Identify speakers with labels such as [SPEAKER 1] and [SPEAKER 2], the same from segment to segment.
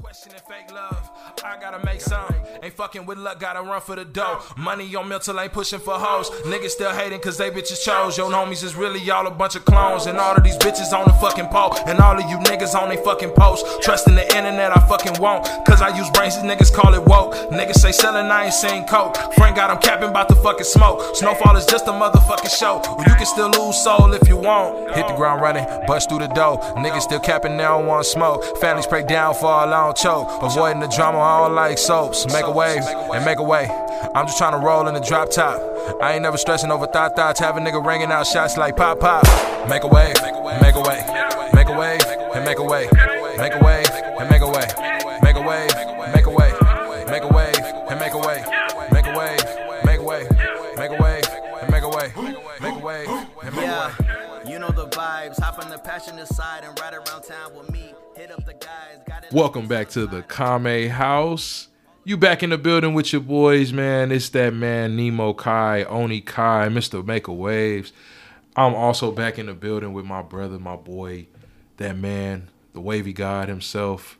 [SPEAKER 1] Questioning fake love. I gotta make some. Ain't fucking with luck, gotta run for the dough. Money on mental ain't pushing for hoes. Niggas still hating cause they bitches chose. Yo homies is really all a bunch of clones. And all of these bitches on the fucking pole. And all of you niggas on they fucking post. Trusting the internet, I fucking won't. Cause I use brains, these niggas call it woke. Niggas say selling, I ain't seen coke. Frank got 'em capping about the fucking smoke. Snowfall is just a motherfucking show. You can still lose soul if you want. Hit the ground running, bust through the door. Niggas still capping, they don't want smoke. Families pray downfall, I don't choke. Avoiding the drama, I don't like soaps. Make a wave and make a way. I'm just trying to roll in the drop top. I ain't never stressing over thought thoughts. Have a nigga ringing out shots like pop pop. Make a wave, make a way, make a wave and make a way. Make a wave and make a way. Make a wave, make a way, make a wave and make a way. Make a wave, make a way, make a wave and make a way. Make a wave and make a way.
[SPEAKER 2] Yeah, you know the vibes. Hop on the passenger side and ride around town with me. Hit up the guys. Got it.
[SPEAKER 3] Welcome back to the Kame House. You back in the building with your boys, man. It's that man Nemo Kai, Oni Kai, Mr. Maker Waves. I'm also back in the building with my brother, my boy, that man, the wavy god himself,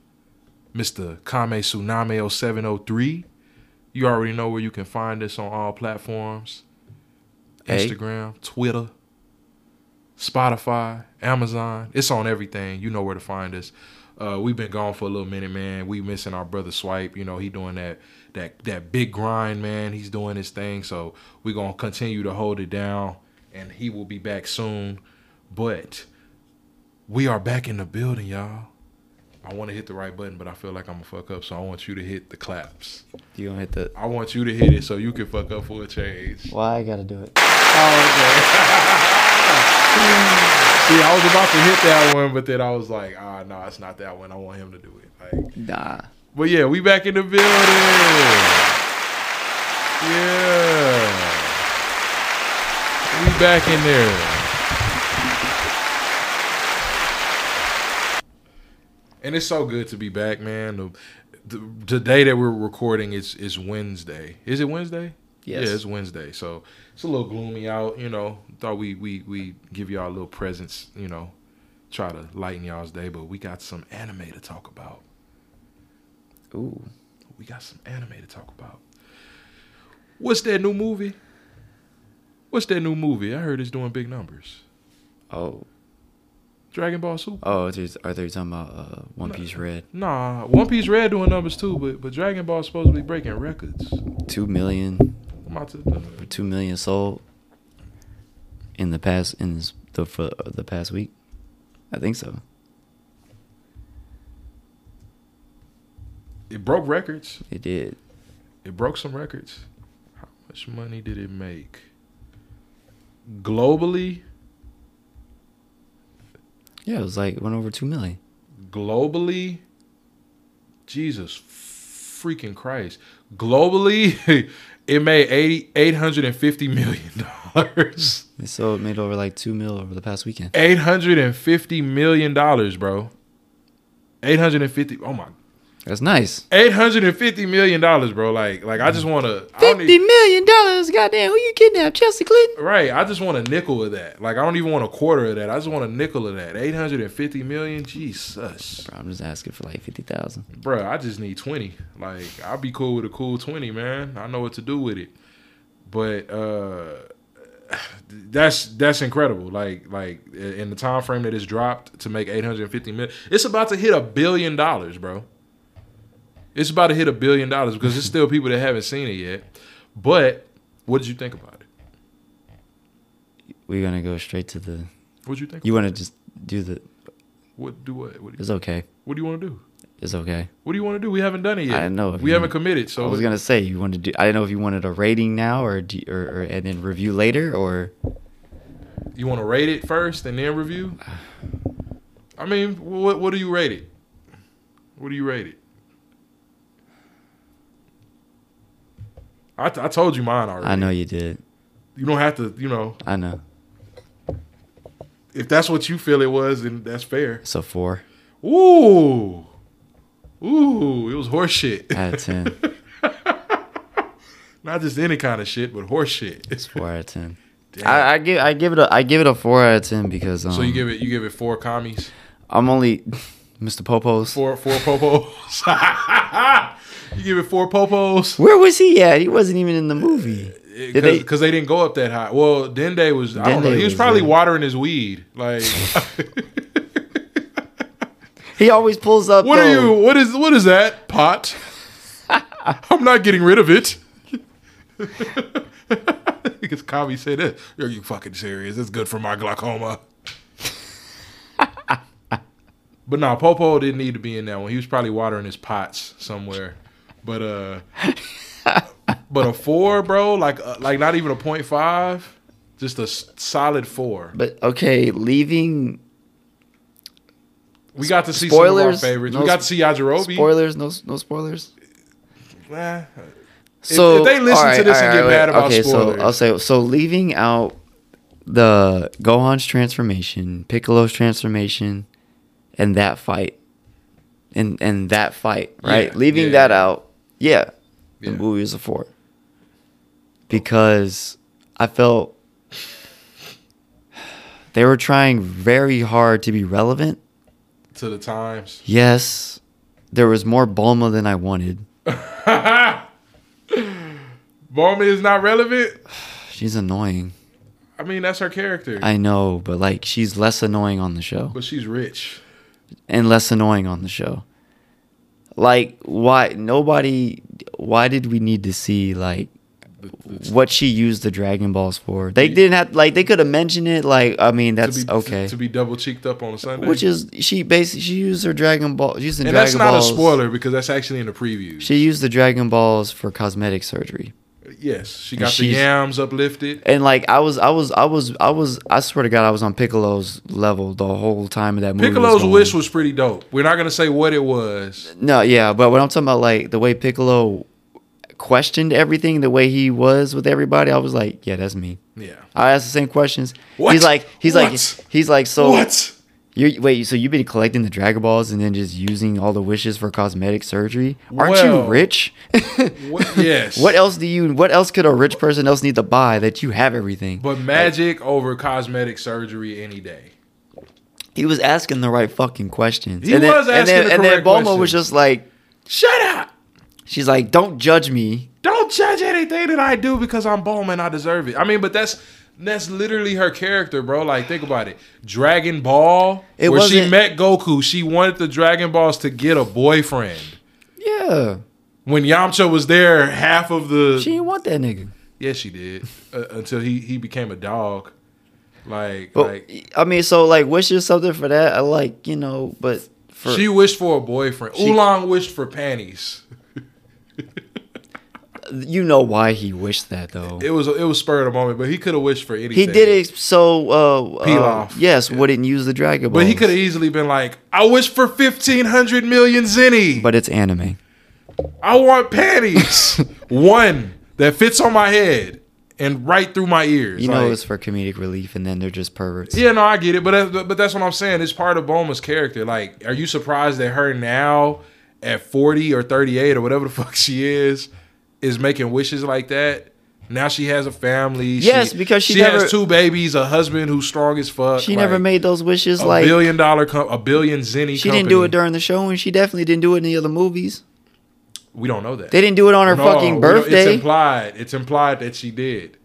[SPEAKER 3] Mr. Kame Tsunami 0703. You already know where you can find us on all platforms.
[SPEAKER 4] Hey.
[SPEAKER 3] Instagram, Twitter, Spotify, Amazon. It's on everything. You know where to find us. Uh, we've been gone for a little minute, man. We missing our brother Swipe. You know he doing that that that big grind, man. He's doing his thing. So we're gonna continue to hold it down, and he will be back soon. But we are back in the building, y'all. I want to hit the right button, but I feel like I'm gonna fuck up. So I want you to hit the claps.
[SPEAKER 4] You gonna hit the?
[SPEAKER 3] I want you to hit it so you can fuck up for a change.
[SPEAKER 4] Why I gotta do it? Oh,
[SPEAKER 3] See, I was about to hit that one, but then I was like, ah, no, it's not that one. I want him to do it. Like,
[SPEAKER 4] okay. Nah.
[SPEAKER 3] but yeah, we back in the building. Yeah, we back in there, and it's so good to be back, man. The, the, the day that we're recording is is Wednesday. Is it Wednesday?
[SPEAKER 4] Yes.
[SPEAKER 3] Yeah, it's Wednesday, so it's a little gloomy out. You know, thought we we we give y'all a little presents. You know, try to lighten y'all's day, but we got some anime to talk about.
[SPEAKER 4] Ooh.
[SPEAKER 3] We got some anime to talk about. What's that new movie? What's that new movie? I heard it's doing big numbers.
[SPEAKER 4] Oh.
[SPEAKER 3] Dragon Ball Super.
[SPEAKER 4] Oh, are they, are they talking about uh, One Piece Red?
[SPEAKER 3] Nah, One Piece Red doing numbers too, but but Dragon Ball's supposed to be breaking records.
[SPEAKER 4] Two million,
[SPEAKER 3] I'm about to,
[SPEAKER 4] two million sold in the past in this, the for uh, the past week. I think so.
[SPEAKER 3] it broke records.
[SPEAKER 4] It did.
[SPEAKER 3] It broke some records. How much money did it make? Globally,
[SPEAKER 4] Yeah, it was like it went over two million.
[SPEAKER 3] globally jesus freaking christ globally it made 80, 850 million dollars
[SPEAKER 4] They sold made over like two mil over the past weekend.
[SPEAKER 3] 850 million dollars bro 850 oh my
[SPEAKER 4] That's nice.
[SPEAKER 3] 850 million dollars bro like like i just want to
[SPEAKER 4] million dollars. Goddamn, who you kidnapped, Chelsea Clinton?
[SPEAKER 3] right i just want a nickel of that like i don't even want a quarter of that i just want a nickel of that 850 million jesus
[SPEAKER 4] Bro, I'm just asking for like fifty thousand.
[SPEAKER 3] Bruh, I just need 20. Like, I'll be cool with a cool 20, man. I know what to do with it. But uh that's that's incredible. Like like in the time frame that it's dropped to make 850 million, it's about to hit a billion dollars, bro. It's about to hit a billion dollars because there's still people that haven't seen it yet. But what did you think about it?
[SPEAKER 4] We're gonna go straight to the.
[SPEAKER 3] What did you think?
[SPEAKER 4] You wanna just do the?
[SPEAKER 3] what do what? What do you,
[SPEAKER 4] It's okay.
[SPEAKER 3] what do you want to do?
[SPEAKER 4] It's okay.
[SPEAKER 3] What do you want to do? We haven't done it yet.
[SPEAKER 4] I know.
[SPEAKER 3] We haven't committed. So
[SPEAKER 4] I was gonna say you wanted to do. I didn't know if you wanted a rating now or do, or, or and then review later or
[SPEAKER 3] You want to rate it first and then review? I mean, what what do you rate it? What do you rate it? I, t- I told you mine already.
[SPEAKER 4] I know you did.
[SPEAKER 3] You don't have to, you know,
[SPEAKER 4] I know.
[SPEAKER 3] if that's what you feel it was, then that's fair.
[SPEAKER 4] So four
[SPEAKER 3] Ooh. Ooh, it was horse shit.
[SPEAKER 4] out of ten.
[SPEAKER 3] Not just any kind of shit, but horse shit.
[SPEAKER 4] It's four out of ten.
[SPEAKER 3] Damn.
[SPEAKER 4] I, I give I give it a I give it a four out of ten because um,
[SPEAKER 3] so you give it you give it four commies.
[SPEAKER 4] I'm only Mr. Popo's.
[SPEAKER 3] Four four popos. you give it four popos
[SPEAKER 4] Where was he at? He wasn't even in the movie. Did they?
[SPEAKER 3] Uh, because they, didn't go up that high. Well, Dende was I don't know.
[SPEAKER 4] Dende
[SPEAKER 3] He was
[SPEAKER 4] was
[SPEAKER 3] probably
[SPEAKER 4] there.
[SPEAKER 3] watering his weed. Like
[SPEAKER 4] He always pulls up.
[SPEAKER 3] what are you?
[SPEAKER 4] though.
[SPEAKER 3] What is what is that pot? I'm not getting rid of it. Because Kavi said that. Are you fucking serious? It's good for my glaucoma. but no, Popo didn't need to be in that one. He was probably watering his pots somewhere. But uh, but a four, bro, like uh, like not even a point five, just a s- solid four.
[SPEAKER 4] But okay, leaving
[SPEAKER 3] We got to see some
[SPEAKER 4] Spoilers?
[SPEAKER 3] of our favorites.
[SPEAKER 4] No
[SPEAKER 3] we got to see Yajirobe.
[SPEAKER 4] spoilers. No, no spoilers.
[SPEAKER 3] Nah,
[SPEAKER 4] So
[SPEAKER 3] if they listen to this and get mad about
[SPEAKER 4] okay,
[SPEAKER 3] spoilers.
[SPEAKER 4] so I'll say so. Leaving out the Gohan's transformation, Piccolo's transformation, and that fight, and and that fight, right?
[SPEAKER 3] Yeah,
[SPEAKER 4] leaving
[SPEAKER 3] yeah,
[SPEAKER 4] that
[SPEAKER 3] yeah.
[SPEAKER 4] out, yeah,
[SPEAKER 3] Yeah.
[SPEAKER 4] the movie was a four because I felt they were trying very hard to be relevant.
[SPEAKER 3] to the times.
[SPEAKER 4] Yes, there was more Bulma than I wanted.
[SPEAKER 3] Bulma is not relevant.
[SPEAKER 4] She's annoying.
[SPEAKER 3] I mean, that's her character.
[SPEAKER 4] I know, but like she's less annoying on the show
[SPEAKER 3] but she's rich.
[SPEAKER 4] and less annoying on the show. Like why nobody why did we need to see like what she used the Dragon Balls for? They didn't have like they could have mentioned it like I mean
[SPEAKER 3] To
[SPEAKER 4] that's
[SPEAKER 3] be,
[SPEAKER 4] okay.
[SPEAKER 3] To, be double cheeked up on a Sunday.
[SPEAKER 4] Which is she basically she used her Dragon Ball using
[SPEAKER 3] and
[SPEAKER 4] Dragon
[SPEAKER 3] that's not
[SPEAKER 4] Balls.
[SPEAKER 3] a spoiler because that's actually in the preview.
[SPEAKER 4] She used the Dragon Balls for cosmetic surgery.
[SPEAKER 3] yes, she got the
[SPEAKER 4] she's-
[SPEAKER 3] yams uplifted.
[SPEAKER 4] And like I was I was I was I was I swear to god I was on Piccolo's level the whole time of that movie. was
[SPEAKER 3] Piccolo's
[SPEAKER 4] going.
[SPEAKER 3] wish was pretty dope. We're not gonna say what it was.
[SPEAKER 4] No, yeah, but when I'm talking about like the way Piccolo questioned everything, the way he was with everybody, I was like, yeah, that's me.
[SPEAKER 3] Yeah.
[SPEAKER 4] I asked the same questions.
[SPEAKER 3] What?
[SPEAKER 4] He's like, he's
[SPEAKER 3] What?
[SPEAKER 4] like, he's like, so
[SPEAKER 3] What?
[SPEAKER 4] You're, wait, so you've been collecting the Dragon Balls and then just using all the wishes for cosmetic surgery? Aren't
[SPEAKER 3] Well,
[SPEAKER 4] you rich?
[SPEAKER 3] What? Yes.
[SPEAKER 4] what else do you? What else could a rich person else need to buy that you have everything?
[SPEAKER 3] But magic over cosmetic surgery any day.
[SPEAKER 4] he was asking the right fucking questions.
[SPEAKER 3] He was asking
[SPEAKER 4] and then,
[SPEAKER 3] the
[SPEAKER 4] and then
[SPEAKER 3] correct
[SPEAKER 4] Bulma
[SPEAKER 3] questions.
[SPEAKER 4] was just like,
[SPEAKER 3] Shut up!
[SPEAKER 4] she's like, don't judge me.
[SPEAKER 3] Don't judge anything that I do because I'm Bowman. I deserve it. I mean, but that's that's literally her character, bro. Like, think about it. Dragon Ball,
[SPEAKER 4] It
[SPEAKER 3] where she
[SPEAKER 4] wasn't-
[SPEAKER 3] met Goku, she wanted the Dragon Balls to get a boyfriend.
[SPEAKER 4] Yeah,
[SPEAKER 3] When Yamcha was there, half of the
[SPEAKER 4] she didn't want that nigga.
[SPEAKER 3] yes, she did uh, until he he became a dog. Like,
[SPEAKER 4] But
[SPEAKER 3] like
[SPEAKER 4] I mean, so like wishes something for that. I like you know, but for
[SPEAKER 3] she wished for a boyfriend.
[SPEAKER 4] She-
[SPEAKER 3] Oolong wished for panties.
[SPEAKER 4] you know why he wished that though.
[SPEAKER 3] It was it was spur of the moment, but he could have wished for anything.
[SPEAKER 4] he did it so uh, uh,
[SPEAKER 3] Peel off.
[SPEAKER 4] yes, wouldn't use the dragon balls.
[SPEAKER 3] But he could have easily been like, I wish for 1,500 million zenny.
[SPEAKER 4] But it's anime.
[SPEAKER 3] I want panties. One that fits on my head and right through my ears.
[SPEAKER 4] You know,
[SPEAKER 3] Like,
[SPEAKER 4] it's for comedic relief, and then they're just perverts.
[SPEAKER 3] yeah, no, I get it. But that, but that's what I'm saying. It's part of Bulma's character. Like, are you surprised that her now at 40 or 38 or whatever the fuck she is is making wishes like that? Now she has a family.
[SPEAKER 4] Yes, because she never-
[SPEAKER 3] has two babies, a husband who's strong as fuck.
[SPEAKER 4] She never
[SPEAKER 3] like,
[SPEAKER 4] made those wishes.
[SPEAKER 3] a
[SPEAKER 4] Like
[SPEAKER 3] billion dollar com- a billion zenny.
[SPEAKER 4] she didn't do
[SPEAKER 3] company.
[SPEAKER 4] it during the show, and she definitely didn't do it in the other movies.
[SPEAKER 3] We don't know that.
[SPEAKER 4] They didn't do it on her
[SPEAKER 3] No,
[SPEAKER 4] fucking
[SPEAKER 3] we don't- It's
[SPEAKER 4] birthday.
[SPEAKER 3] implied. It's implied that she did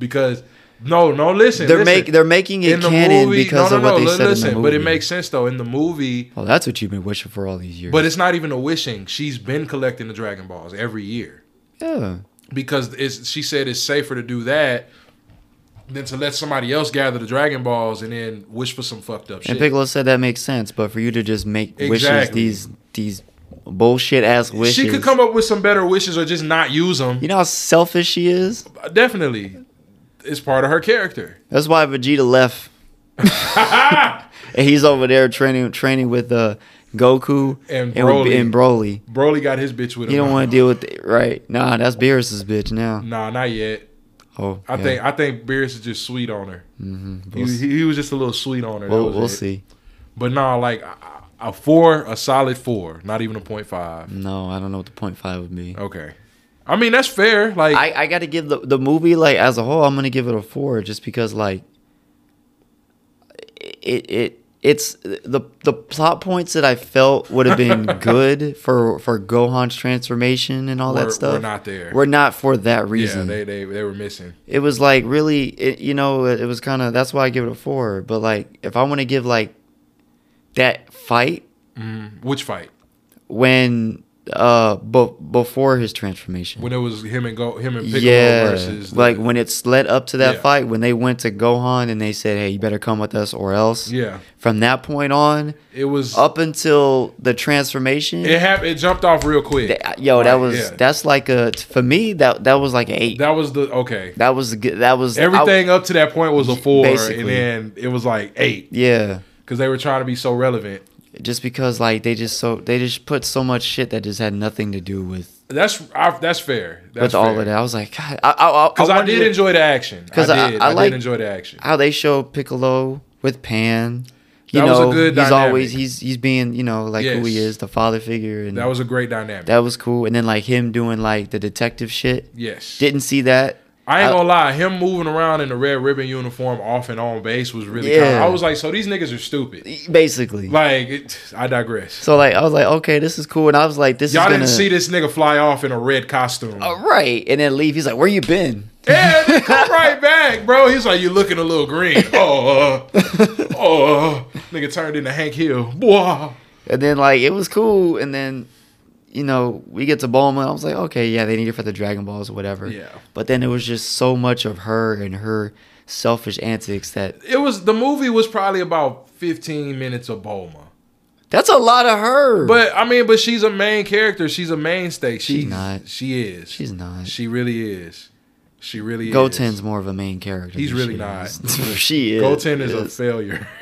[SPEAKER 3] because no, no. Listen,
[SPEAKER 4] they're
[SPEAKER 3] listen.
[SPEAKER 4] make they're making it canon because of what they
[SPEAKER 3] li-
[SPEAKER 4] said
[SPEAKER 3] listen,
[SPEAKER 4] in the movie.
[SPEAKER 3] but it makes sense though in the movie.
[SPEAKER 4] Well, that's what you've been wishing for all these years.
[SPEAKER 3] But it's not even a wishing. She's been collecting the Dragon Balls every year
[SPEAKER 4] yeah.
[SPEAKER 3] because it's, she said it's safer to do that than to let somebody else gather the Dragon Balls and then wish for some fucked up
[SPEAKER 4] And
[SPEAKER 3] shit.
[SPEAKER 4] Piccolo said that makes sense, but for you to just make wishes
[SPEAKER 3] Exactly.
[SPEAKER 4] these these bullshit ass wishes.
[SPEAKER 3] She could come up with some better wishes or just not use them.
[SPEAKER 4] You know how selfish she is?
[SPEAKER 3] Definitely, it's part of her character.
[SPEAKER 4] That's why Vegeta left. and he's over there training training with uh Goku
[SPEAKER 3] And
[SPEAKER 4] with-
[SPEAKER 3] Broly.
[SPEAKER 4] and Broly.
[SPEAKER 3] Broly got his bitch with him.
[SPEAKER 4] He don't want to deal with it, right. Nah, that's Beerus's bitch now.
[SPEAKER 3] Nah, not yet.
[SPEAKER 4] Oh,
[SPEAKER 3] I
[SPEAKER 4] yeah. Mm-hmm.
[SPEAKER 3] think I think Beerus is just sweet on her. He,
[SPEAKER 4] We'll
[SPEAKER 3] was-
[SPEAKER 4] see.
[SPEAKER 3] he was just a little sweet on her. That
[SPEAKER 4] We'll,
[SPEAKER 3] was
[SPEAKER 4] we'll
[SPEAKER 3] it.
[SPEAKER 4] see.
[SPEAKER 3] But nah, like a, a four, a solid four, not even a point five.
[SPEAKER 4] No, I don't know what the point five would be.
[SPEAKER 3] Okay, I mean that's fair. Like
[SPEAKER 4] I, I got to give the the movie like as a whole. I'm gonna give it a four just because like it it it's the the plot points that I felt would have been good for for Gohan's transformation and all
[SPEAKER 3] We're-
[SPEAKER 4] that stuff.
[SPEAKER 3] we're not there.
[SPEAKER 4] We're not for that
[SPEAKER 3] Yeah,
[SPEAKER 4] reason.
[SPEAKER 3] they, they they were missing.
[SPEAKER 4] it was like really, it, you know, it, it was kind of that's why I give it a four. But like, if I want to give like that fight
[SPEAKER 3] Which fight?
[SPEAKER 4] when uh b- before his transformation,
[SPEAKER 3] When it was him and go him and Piccolo
[SPEAKER 4] yeah,
[SPEAKER 3] versus the-
[SPEAKER 4] like when it's led up to that
[SPEAKER 3] Yeah.
[SPEAKER 4] fight when they went to Gohan and they said, "Hey, you better come with us or else."
[SPEAKER 3] yeah,
[SPEAKER 4] From that point on,
[SPEAKER 3] it was
[SPEAKER 4] up until the transformation,
[SPEAKER 3] it hap- it jumped off real quick.
[SPEAKER 4] Th- yo, that
[SPEAKER 3] Right,
[SPEAKER 4] was
[SPEAKER 3] yeah.
[SPEAKER 4] that's like a for me that that was like an eight. That,
[SPEAKER 3] that was the okay.
[SPEAKER 4] was a good. That was I-
[SPEAKER 3] Everything up to that point was a four,
[SPEAKER 4] Basically.
[SPEAKER 3] and then it was like eight
[SPEAKER 4] yeah,
[SPEAKER 3] because they were trying to be so relevant.
[SPEAKER 4] just because like they just so they just put so much shit that just had nothing to do with
[SPEAKER 3] That's I, that's fair.
[SPEAKER 4] with
[SPEAKER 3] That's
[SPEAKER 4] all of that. I was like, God, I I, I,
[SPEAKER 3] Because I, did
[SPEAKER 4] wondered
[SPEAKER 3] enjoy the action. I
[SPEAKER 4] 'Cause
[SPEAKER 3] did.
[SPEAKER 4] I-
[SPEAKER 3] I,
[SPEAKER 4] I like-
[SPEAKER 3] did enjoy the action.
[SPEAKER 4] how they show Piccolo with Pan. You
[SPEAKER 3] That was a
[SPEAKER 4] know,
[SPEAKER 3] good
[SPEAKER 4] he's
[SPEAKER 3] dynamic.
[SPEAKER 4] always he's he's being you know like who he
[SPEAKER 3] Yes.
[SPEAKER 4] is, the father figure, and
[SPEAKER 3] that was a great dynamic.
[SPEAKER 4] that was cool. And then like him doing like the detective shit.
[SPEAKER 3] yes.
[SPEAKER 4] Didn't see that.
[SPEAKER 3] I ain't
[SPEAKER 4] I-
[SPEAKER 3] gonna lie, him moving around in the red ribbon uniform off and on base was really.
[SPEAKER 4] Yeah.
[SPEAKER 3] Kind of, I was like, so these niggas are stupid.
[SPEAKER 4] Basically,
[SPEAKER 3] Like, it, I digress.
[SPEAKER 4] so like I was like, okay, this is cool, and I was like, this
[SPEAKER 3] Y'all
[SPEAKER 4] is
[SPEAKER 3] didn't
[SPEAKER 4] gonna
[SPEAKER 3] see this nigga fly off in a red costume.
[SPEAKER 4] Uh, right, and then leave. He's like, "Where you been?"
[SPEAKER 3] Yeah, they come right back, bro. He's like, you looking a little green. Oh, uh, oh, uh. nigga turned into Hank Hill. Boah.
[SPEAKER 4] And then like it was cool. And then you know we get to Bulma. And I was like, okay, yeah, they need her for the Dragon Balls, whatever.
[SPEAKER 3] Yeah.
[SPEAKER 4] But then it was just so much of her and her selfish antics that
[SPEAKER 3] It was the movie was probably about fifteen minutes of Bulma.
[SPEAKER 4] that's a lot of her.
[SPEAKER 3] But I mean, but she's a main character. She's a mainstay. She's,
[SPEAKER 4] not.
[SPEAKER 3] She is.
[SPEAKER 4] She's not.
[SPEAKER 3] She really is. She really
[SPEAKER 4] Goten's
[SPEAKER 3] is.
[SPEAKER 4] more of a main character.
[SPEAKER 3] He's
[SPEAKER 4] than
[SPEAKER 3] really
[SPEAKER 4] she
[SPEAKER 3] not.
[SPEAKER 4] is. she is.
[SPEAKER 3] Goten is a
[SPEAKER 4] Yes.
[SPEAKER 3] failure.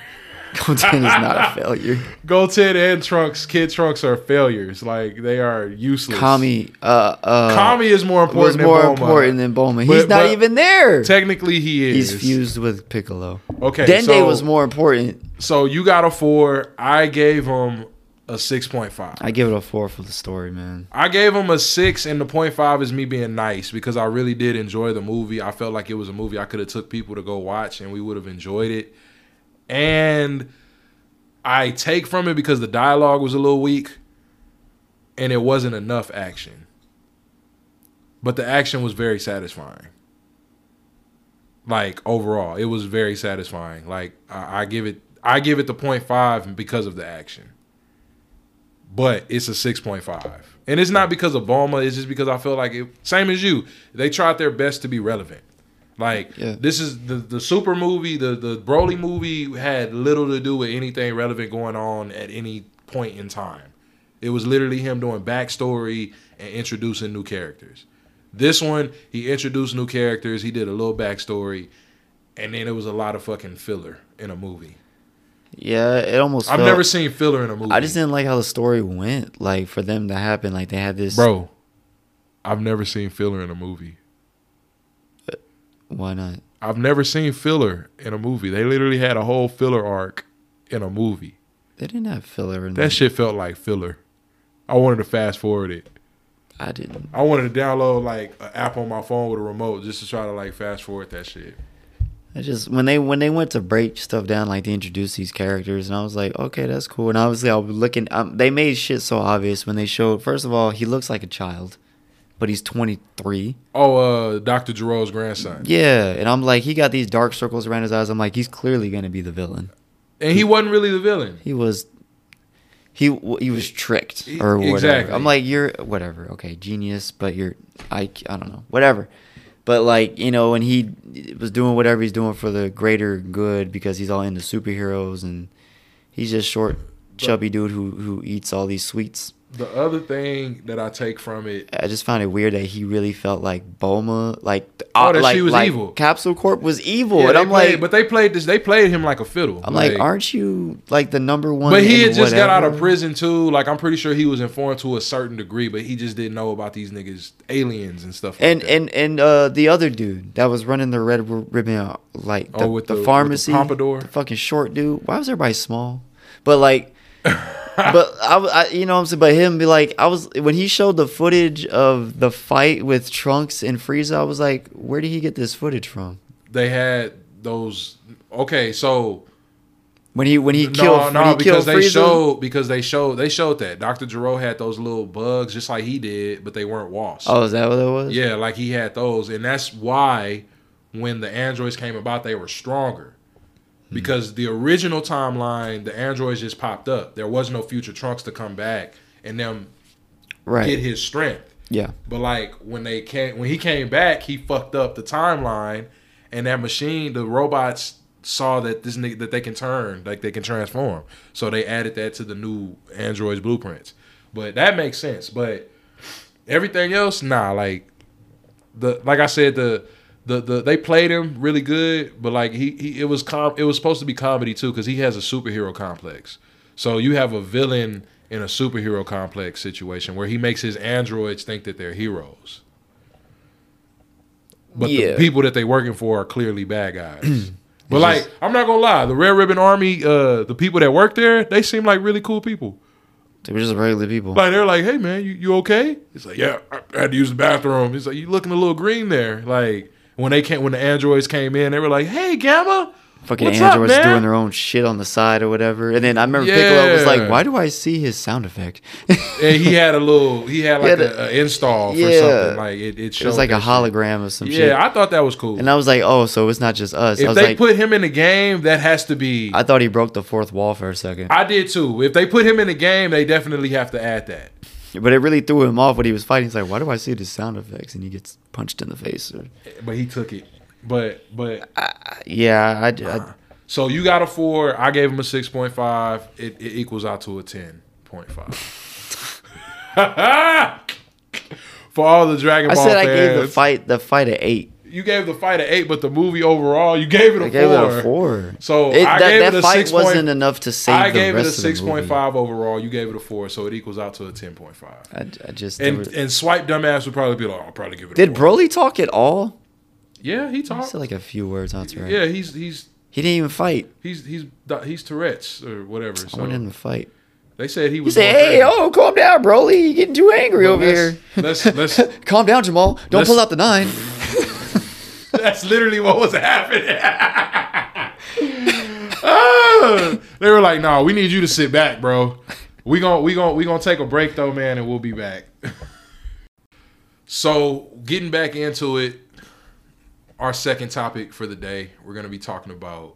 [SPEAKER 4] Goten is not a failure.
[SPEAKER 3] Goten and Trunks, Kid Trunks are failures. Like they are useless.
[SPEAKER 4] Kami, uh, uh,
[SPEAKER 3] Kami is more
[SPEAKER 4] was
[SPEAKER 3] important.
[SPEAKER 4] more
[SPEAKER 3] than Bulma.
[SPEAKER 4] important than Bulma. He's
[SPEAKER 3] But-
[SPEAKER 4] not
[SPEAKER 3] but
[SPEAKER 4] even there.
[SPEAKER 3] Technically, he is.
[SPEAKER 4] He's fused with Piccolo.
[SPEAKER 3] Okay,
[SPEAKER 4] Dende
[SPEAKER 3] so-
[SPEAKER 4] was more important.
[SPEAKER 3] So you got a four. I gave him a six point five.
[SPEAKER 4] I give it a four for the story, man.
[SPEAKER 3] I gave him a six, and the point five is me being nice because I really did enjoy the movie. I felt like it was a movie I could have took people to go watch, and we would have enjoyed it. And I take from it because the dialogue was a little weak, and it wasn't enough action. But the action was very satisfying. Like overall, it was very satisfying. Like I, I give it, I give it the point five because of the action but it's a 6.5 and it's not because of Bulma it's just because I feel like it same as you they tried their best to be relevant like
[SPEAKER 4] Yeah.
[SPEAKER 3] this is the the super movie the the Broly movie had little to do with anything relevant going on at any point in time it was literally him doing backstory and introducing new characters this one he introduced new characters he did a little backstory and then it was a lot of fucking filler in a movie
[SPEAKER 4] Yeah, it almost.
[SPEAKER 3] I've
[SPEAKER 4] felt-
[SPEAKER 3] never seen filler in a movie
[SPEAKER 4] I just didn't like how the story went. Like for them to happen, like they had this.
[SPEAKER 3] Bro, I've never seen filler in a movie.
[SPEAKER 4] why not?
[SPEAKER 3] I've never seen filler in a movie. They literally had a whole filler arc in a movie.
[SPEAKER 4] They didn't have filler in
[SPEAKER 3] That
[SPEAKER 4] that.
[SPEAKER 3] shit felt like filler. I wanted to fast forward it.
[SPEAKER 4] I didn't.
[SPEAKER 3] I wanted to download like an app on my phone with a remote just to try to like fast forward that shit.
[SPEAKER 4] I just when they when they went to break stuff down, like they introduced these characters, and I was like, okay, that's cool. And obviously, I was looking. Um, they made shit so obvious when they showed. First of all, he looks like a child, but he's twenty three.
[SPEAKER 3] Oh, uh, Dr. Jerome's grandson.
[SPEAKER 4] Yeah, and I'm like, he got these dark circles around his eyes. I'm like, he's clearly gonna be the villain.
[SPEAKER 3] And he wasn't really the villain.
[SPEAKER 4] He was. He w- he was tricked or whatever.
[SPEAKER 3] Exactly.
[SPEAKER 4] I'm like you're whatever. Okay, genius, but you're I I don't know whatever. But like you know, and he was doing whatever he's doing for the greater good because he's all into superheroes and he's just short, chubby dude who who eats all these sweets.
[SPEAKER 3] The other thing that I take from it,
[SPEAKER 4] I just found it weird that he really felt like Bulma, like uh,
[SPEAKER 3] Oh, that
[SPEAKER 4] like,
[SPEAKER 3] she was
[SPEAKER 4] like
[SPEAKER 3] evil.
[SPEAKER 4] Capsule Corp was evil,
[SPEAKER 3] Yeah,
[SPEAKER 4] and
[SPEAKER 3] they
[SPEAKER 4] I'm
[SPEAKER 3] played-
[SPEAKER 4] like,
[SPEAKER 3] but they played this. They played him like a fiddle.
[SPEAKER 4] I'm like, aren't you like the number one?
[SPEAKER 3] But he
[SPEAKER 4] in
[SPEAKER 3] had just got out of
[SPEAKER 4] whatever?"
[SPEAKER 3] prison too. Like I'm pretty sure he was informed to a certain degree, but he just didn't know about these niggas aliens and stuff. Like
[SPEAKER 4] and
[SPEAKER 3] that.
[SPEAKER 4] and and uh, the other dude that was running the red r- ribbon, uh, like the,
[SPEAKER 3] Oh, with
[SPEAKER 4] the,
[SPEAKER 3] the- with the
[SPEAKER 4] pharmacy,
[SPEAKER 3] pompadour?
[SPEAKER 4] the fucking short dude. Why was everybody small? But like, but I, w- I- you know what I'm saying. But him be like, I was when he showed the footage of the fight with Trunks and Frieza, I was like, where did he get this footage from?
[SPEAKER 3] they had those. Okay, so
[SPEAKER 4] When he when he killed when he killed
[SPEAKER 3] because they
[SPEAKER 4] Frieza.
[SPEAKER 3] showed because they showed they showed that Doctor Giroux had those little bugs just like he did, but they weren't wasps.
[SPEAKER 4] oh, is that what that was?
[SPEAKER 3] Yeah, like he had those, and that's why when the androids came about, they were stronger.
[SPEAKER 4] Hmm.
[SPEAKER 3] Because the original timeline, the androids just popped up. There was no future trunks to come back and them
[SPEAKER 4] right.
[SPEAKER 3] get his strength.
[SPEAKER 4] yeah,
[SPEAKER 3] But like when they came, when he came back, he fucked up the timeline, and that machine, the robots saw that this nigga that they can turn, like they can transform. So they added that to the new androids blueprints. But that makes sense. But everything else, nah. Like the like I said, the the the they played him really good, but like he, he it was com it was supposed to be comedy too because he has a superhero complex. So you have a villain in a superhero complex situation where he makes his androids think that they're heroes. But
[SPEAKER 4] Yeah.
[SPEAKER 3] the people that they working for are clearly bad guys. but like, I'm not gonna lie, the Red Ribbon Army, uh, the people that work there, they seem like really cool people.
[SPEAKER 4] they were just regular people.
[SPEAKER 3] Like they're like, "Hey man, you, you okay?" He's like, "Yeah, I I had to use the bathroom." He's like, "You looking a little green there?" Like when they came, when the androids came in, they were like, "Hey Gamma,
[SPEAKER 4] Fucking
[SPEAKER 3] what's up,
[SPEAKER 4] androids
[SPEAKER 3] man?"
[SPEAKER 4] doing their own shit on the side or whatever. And then I remember Piccolo was
[SPEAKER 3] Yeah.
[SPEAKER 4] like, "Why do I see his sound effect?" it
[SPEAKER 3] and he had a little, he had like
[SPEAKER 4] He had
[SPEAKER 3] a, a install for
[SPEAKER 4] yeah.
[SPEAKER 3] something. Like it, it showed
[SPEAKER 4] was like a
[SPEAKER 3] that shit.
[SPEAKER 4] hologram or some
[SPEAKER 3] Yeah,
[SPEAKER 4] shit.
[SPEAKER 3] I thought that was cool.
[SPEAKER 4] and I was like, "Oh, so it's not just us." I
[SPEAKER 3] if
[SPEAKER 4] was
[SPEAKER 3] they
[SPEAKER 4] like,
[SPEAKER 3] put him in the game, that has to be.
[SPEAKER 4] I thought he broke the fourth wall for a second,
[SPEAKER 3] I did too. If they put him in the game, they definitely have to add that.
[SPEAKER 4] but it really threw him off when he was fighting. He's like, "Why do I see the sound effects?" And he gets punched in the face. Or,
[SPEAKER 3] But he took it. But but
[SPEAKER 4] yeah, I, I-
[SPEAKER 3] So you got a four. I gave him a six point five. It, it equals out to a ten point five. For all the Dragon
[SPEAKER 4] I
[SPEAKER 3] Ball
[SPEAKER 4] said I
[SPEAKER 3] fans,
[SPEAKER 4] gave the fight the fight an eight.
[SPEAKER 3] you gave the fight an eight, but the movie overall, you gave it a
[SPEAKER 4] I gave
[SPEAKER 3] four.
[SPEAKER 4] it a four.
[SPEAKER 3] So
[SPEAKER 4] It-
[SPEAKER 3] I
[SPEAKER 4] that,
[SPEAKER 3] gave
[SPEAKER 4] that
[SPEAKER 3] it a
[SPEAKER 4] fight
[SPEAKER 3] six
[SPEAKER 4] wasn't
[SPEAKER 3] point.
[SPEAKER 4] enough to save.
[SPEAKER 3] I gave
[SPEAKER 4] the
[SPEAKER 3] it a
[SPEAKER 4] rest of the
[SPEAKER 3] six point
[SPEAKER 4] movie.
[SPEAKER 3] five overall. You gave it a four, so it equals out to a ten point five.
[SPEAKER 4] I, I just there
[SPEAKER 3] And
[SPEAKER 4] was-
[SPEAKER 3] and swipe dumbass would probably be like, I'll probably give it. a
[SPEAKER 4] did
[SPEAKER 3] four.
[SPEAKER 4] Broly talk at all?
[SPEAKER 3] Yeah, he
[SPEAKER 4] He
[SPEAKER 3] talked.
[SPEAKER 4] said like a few words. That's right.
[SPEAKER 3] Yeah, he's he's
[SPEAKER 4] He didn't even fight.
[SPEAKER 3] he's he's he's Tourette's or whatever.
[SPEAKER 4] I wanted him
[SPEAKER 3] So
[SPEAKER 4] to fight.
[SPEAKER 3] they said he
[SPEAKER 4] He
[SPEAKER 3] was.
[SPEAKER 4] said,
[SPEAKER 3] going
[SPEAKER 4] "Hey,
[SPEAKER 3] crazy.
[SPEAKER 4] oh, calm down, Broly. You're getting too angry over
[SPEAKER 3] Let's-
[SPEAKER 4] here.
[SPEAKER 3] Let's let's
[SPEAKER 4] calm down, Jamal. Don't
[SPEAKER 3] let's-
[SPEAKER 4] pull out the nine.
[SPEAKER 3] That's literally what was happening. Ah, they were like, "No, we need you to sit back, bro. We gon' we gon' we gonna take a break though, man, and we'll be back." so, getting back into it, our second topic for the day, we're gonna be talking about.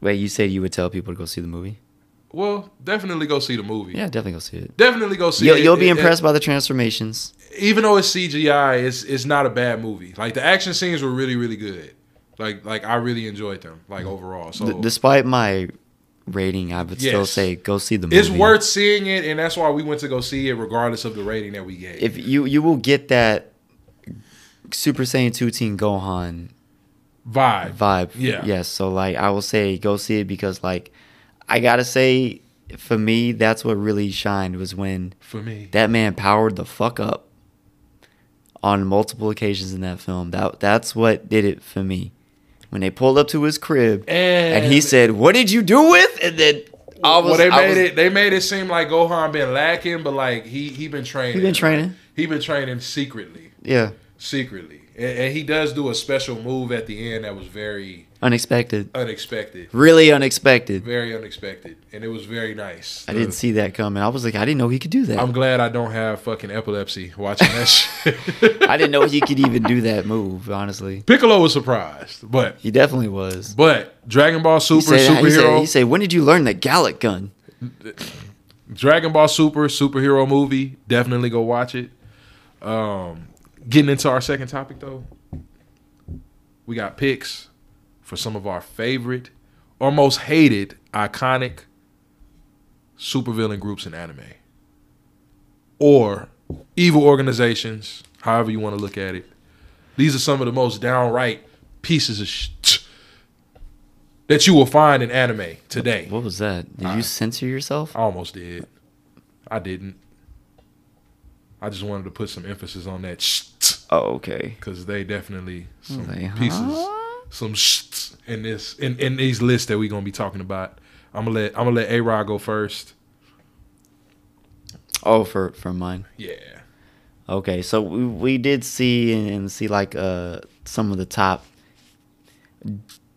[SPEAKER 4] Wait, you said you would tell people to go see the movie?
[SPEAKER 3] Well, definitely go see the movie.
[SPEAKER 4] Yeah, definitely go see it.
[SPEAKER 3] Definitely go see
[SPEAKER 4] You'll,
[SPEAKER 3] it.
[SPEAKER 4] you'll be
[SPEAKER 3] It- it-
[SPEAKER 4] impressed by the transformations.
[SPEAKER 3] even though it's CGI, it's it's not a bad movie. Like the action scenes were really really good. Like like I really enjoyed them.
[SPEAKER 4] Mm-hmm.
[SPEAKER 3] Like overall, so
[SPEAKER 4] D- despite my rating, I would still
[SPEAKER 3] Oh. Yes.
[SPEAKER 4] say go see the movie.
[SPEAKER 3] It's worth seeing it, and that's why we went to go see it, regardless of the rating that we gave.
[SPEAKER 4] If you you will get that Super Saiyan 2 Teen Gohan
[SPEAKER 3] Vibe.
[SPEAKER 4] vibe.
[SPEAKER 3] Yeah.
[SPEAKER 4] Yes. So like I will say go see it because like I gotta say for me that's what really shined was when
[SPEAKER 3] for me.
[SPEAKER 4] that man powered the fuck up on multiple occasions in that film. That that's what did it for me. When they pulled up to his crib and, he
[SPEAKER 3] And-
[SPEAKER 4] said, "What did you do with?" and then I was
[SPEAKER 3] well, they
[SPEAKER 4] I
[SPEAKER 3] made
[SPEAKER 4] was-
[SPEAKER 3] it. They made it seem like Gohan been lacking, but like he he been training.
[SPEAKER 4] He been training.
[SPEAKER 3] Like, he been training secretly,
[SPEAKER 4] yeah,
[SPEAKER 3] secretly, and, and he does do a special move at the end that was very
[SPEAKER 4] unexpected.
[SPEAKER 3] unexpected,
[SPEAKER 4] Really unexpected.
[SPEAKER 3] very unexpected, and it was very nice.
[SPEAKER 4] I didn't see that coming. I was like, I didn't know he could do that.
[SPEAKER 3] I'm glad I don't have fucking epilepsy watching that shit.
[SPEAKER 4] I didn't know he could even do that move, honestly.
[SPEAKER 3] Piccolo was surprised, but
[SPEAKER 4] He definitely was.
[SPEAKER 3] but Dragon Ball Super
[SPEAKER 4] said-
[SPEAKER 3] superhero.
[SPEAKER 4] He said, he said, when did you learn the Gallic gun?
[SPEAKER 3] Dragon Ball Super superhero movie. Definitely go watch it. Um, getting into our second topic though, we got picks for some of our favorite or most hated iconic supervillain groups in anime or evil organizations, however you want to look at it. These are some of the most downright pieces of sh- that you will find in anime today.
[SPEAKER 4] What was that?
[SPEAKER 3] Uh,
[SPEAKER 4] Did you censor yourself?
[SPEAKER 3] I almost did. I didn't. I just wanted to put some emphasis on that
[SPEAKER 4] Oh, okay.
[SPEAKER 3] because they definitely some
[SPEAKER 4] They-
[SPEAKER 3] pieces,
[SPEAKER 4] Hmm.
[SPEAKER 3] some in this in, in these lists that we're gonna be talking about. I'm gonna let I'm gonna let A Rod go first.
[SPEAKER 4] Oh, for for mine.
[SPEAKER 3] Yeah,
[SPEAKER 4] Okay, so we, we did see and, and see like uh some of the top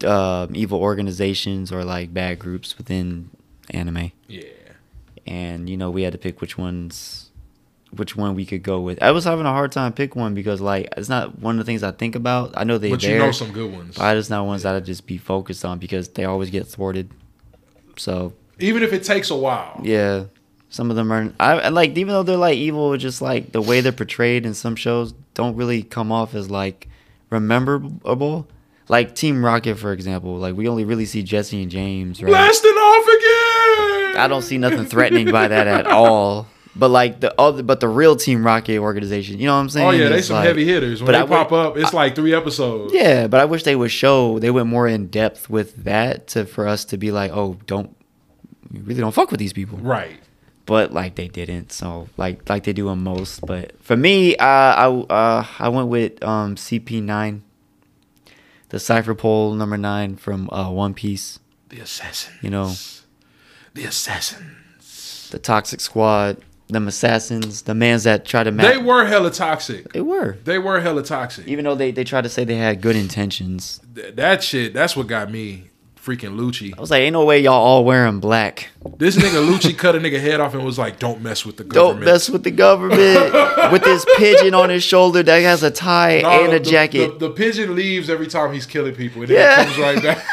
[SPEAKER 4] um, evil organizations or like bad groups within anime.
[SPEAKER 3] Yeah.
[SPEAKER 4] and you know we had to pick which ones which one we could go with i was having a hard time pick one because like it's not one of the things i think about i know they
[SPEAKER 3] But
[SPEAKER 4] there
[SPEAKER 3] you know some good ones.
[SPEAKER 4] but i just not ones that i just be focused on because they always get thwarted so
[SPEAKER 3] Even if it takes a while.
[SPEAKER 4] yeah some of them are i I like even though they're like evil it's just like the way they're portrayed in some shows don't really come off as like rememberable like team rocket for example like we only really see jesse and james right
[SPEAKER 3] Blasting off again.
[SPEAKER 4] I don't see nothing threatening by that at all. But like the other, but the real Team Rocket organization, you know what I'm saying?
[SPEAKER 3] Oh yeah, they
[SPEAKER 4] It's
[SPEAKER 3] some
[SPEAKER 4] like-
[SPEAKER 3] heavy hitters. When
[SPEAKER 4] but
[SPEAKER 3] they
[SPEAKER 4] I would-
[SPEAKER 3] pop up, it's like three episodes.
[SPEAKER 4] Yeah, but I wish they would show they went more in depth with that to for us to be like, oh, don't you really don't fuck with these people.
[SPEAKER 3] Right.
[SPEAKER 4] But like they didn't, so like like they do in most. But for me, uh, I uh, I went with um, CP9, the Cipher Pole number nine from uh, One Piece.
[SPEAKER 3] The assassin.
[SPEAKER 4] You know,
[SPEAKER 3] The assassin.
[SPEAKER 4] the Toxic Squad, them assassins, the mans that try to match.
[SPEAKER 3] They were hella toxic.
[SPEAKER 4] They were.
[SPEAKER 3] They were hella toxic.
[SPEAKER 4] even though they, they tried to say they had good intentions.
[SPEAKER 3] Th- that shit. That's what got me freaking Lucci.
[SPEAKER 4] I was like, ain't no way y'all all wearing black.
[SPEAKER 3] This nigga Lucci cut a nigga head off and was like, "Don't mess with the
[SPEAKER 4] Don't
[SPEAKER 3] government."
[SPEAKER 4] mess with the government with this pigeon on his shoulder that has a tie
[SPEAKER 3] No,
[SPEAKER 4] and a
[SPEAKER 3] the-
[SPEAKER 4] jacket.
[SPEAKER 3] The, the pigeon leaves every time he's killing people, and then
[SPEAKER 4] Yeah.
[SPEAKER 3] it comes right back.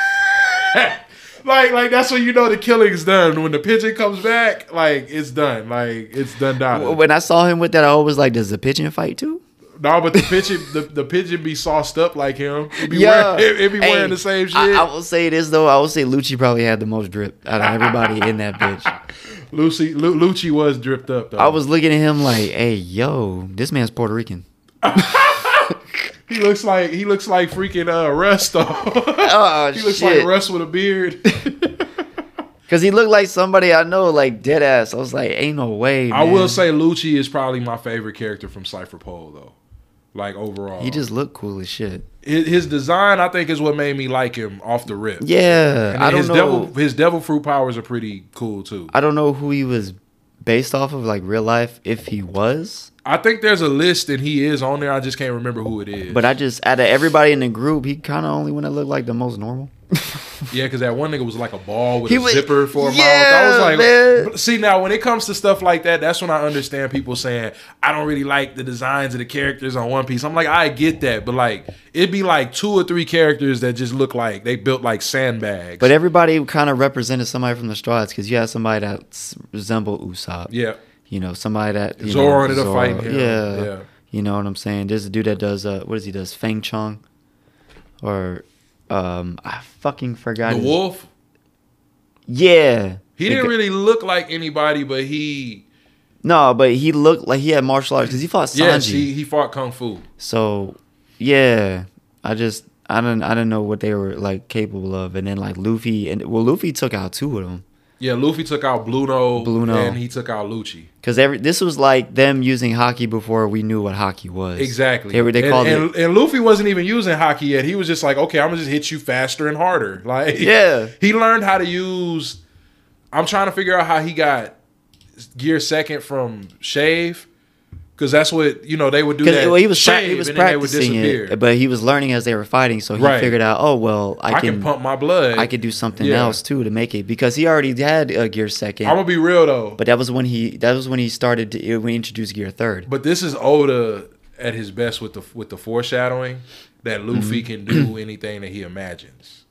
[SPEAKER 3] like, like that's when you know the killing's done. When the pigeon comes back, like it's done. Like it's done. Done.
[SPEAKER 4] when I saw him with that, I was like, does the pigeon fight too?
[SPEAKER 3] No, but the pigeon, the, the pigeon be sauced up like him. It be,
[SPEAKER 4] Yeah.
[SPEAKER 3] wearing, it, it be
[SPEAKER 4] Hey,
[SPEAKER 3] wearing the same shit.
[SPEAKER 4] I, I will say this though. I will say Lucci probably had the most drip out of everybody in that bitch.
[SPEAKER 3] Lucy, Lu, Lucci was dripped up though.
[SPEAKER 4] I was looking at him like, hey, yo, this man's Puerto Rican.
[SPEAKER 3] He looks like he looks like freaking uh, Russ though.
[SPEAKER 4] Oh,
[SPEAKER 3] he looks
[SPEAKER 4] shit.
[SPEAKER 3] like Russ with a beard.
[SPEAKER 4] Because he looked like somebody I know, like dead ass. I was like, ain't no way.
[SPEAKER 3] I
[SPEAKER 4] man.
[SPEAKER 3] will say Lucci is probably my favorite character from Cypher Pole though. Like overall,
[SPEAKER 4] He just looked cool as shit.
[SPEAKER 3] his, his design I think is what made me like him off the rip.
[SPEAKER 4] Yeah,
[SPEAKER 3] And
[SPEAKER 4] I don't
[SPEAKER 3] his
[SPEAKER 4] know.
[SPEAKER 3] devil his devil fruit powers are pretty cool too.
[SPEAKER 4] I don't know who he was based off of, like real life, if he was.
[SPEAKER 3] I think there's a list and he is on there. I just can't remember who it is.
[SPEAKER 4] But I just out of everybody in the group, he kind of only one that looked like the most normal.
[SPEAKER 3] yeah, because that one nigga was like a ball with
[SPEAKER 4] He
[SPEAKER 3] a
[SPEAKER 4] was-
[SPEAKER 3] zipper for a
[SPEAKER 4] Yeah,
[SPEAKER 3] mouth. I was like,
[SPEAKER 4] man.
[SPEAKER 3] But see now when it comes to stuff like that, that's when I understand people saying I don't really like the designs of the characters on One Piece. I'm like, I get that, but like it'd be like two or three characters that just look like they built like sandbags.
[SPEAKER 4] But everybody kind of represented somebody from the Straws because you had somebody that s- resembled Usopp.
[SPEAKER 3] yeah.
[SPEAKER 4] You know, somebody that you
[SPEAKER 3] Zoro
[SPEAKER 4] know,
[SPEAKER 3] ended up
[SPEAKER 4] Zoro.
[SPEAKER 3] fighting him.
[SPEAKER 4] Yeah.
[SPEAKER 3] Yeah.
[SPEAKER 4] You know what I'm saying? There's a dude that does uh, what does he does? Fang Chong, or um, I fucking forgot.
[SPEAKER 3] The
[SPEAKER 4] his-
[SPEAKER 3] wolf.
[SPEAKER 4] Yeah.
[SPEAKER 3] He
[SPEAKER 4] The
[SPEAKER 3] didn't
[SPEAKER 4] gu-
[SPEAKER 3] really look like anybody, but he
[SPEAKER 4] No, but he looked like he had martial arts because he fought Sanji.
[SPEAKER 3] yes, he, he fought kung fu.
[SPEAKER 4] So yeah, I just I don't I don't know what they were like capable of, and then like Luffy and well Luffy took out two of them
[SPEAKER 3] Yeah, Luffy took out Bluno,
[SPEAKER 4] Bluno.
[SPEAKER 3] and he took out Lucci.
[SPEAKER 4] because every this was like them using hockey before we knew what hockey was.
[SPEAKER 3] Exactly.
[SPEAKER 4] They were they
[SPEAKER 3] and,
[SPEAKER 4] called it
[SPEAKER 3] and, and Luffy wasn't even using hockey yet. He was just like, okay, I'm gonna just hit you faster and harder. Like
[SPEAKER 4] Yeah.
[SPEAKER 3] he learned how to use. I'm trying to figure out how he got gear second from shave. Because that's what you know they would do.
[SPEAKER 4] because
[SPEAKER 3] That
[SPEAKER 4] well, he was pra- he
[SPEAKER 3] shave,
[SPEAKER 4] was
[SPEAKER 3] and then they
[SPEAKER 4] practicing
[SPEAKER 3] disappear.
[SPEAKER 4] it, but he was learning as they were fighting, so he
[SPEAKER 3] Right.
[SPEAKER 4] figured out oh well I,
[SPEAKER 3] I
[SPEAKER 4] can,
[SPEAKER 3] can, pump my blood.
[SPEAKER 4] I could do something
[SPEAKER 3] Yeah.
[SPEAKER 4] else too to make it because he already had a gear second.
[SPEAKER 3] I'm gonna be real though.
[SPEAKER 4] but that was when he that was when he started to when he introduced gear third.
[SPEAKER 3] But this is Oda at his best with the with the foreshadowing that Luffy
[SPEAKER 4] Mm-hmm.
[SPEAKER 3] can do anything that he imagines.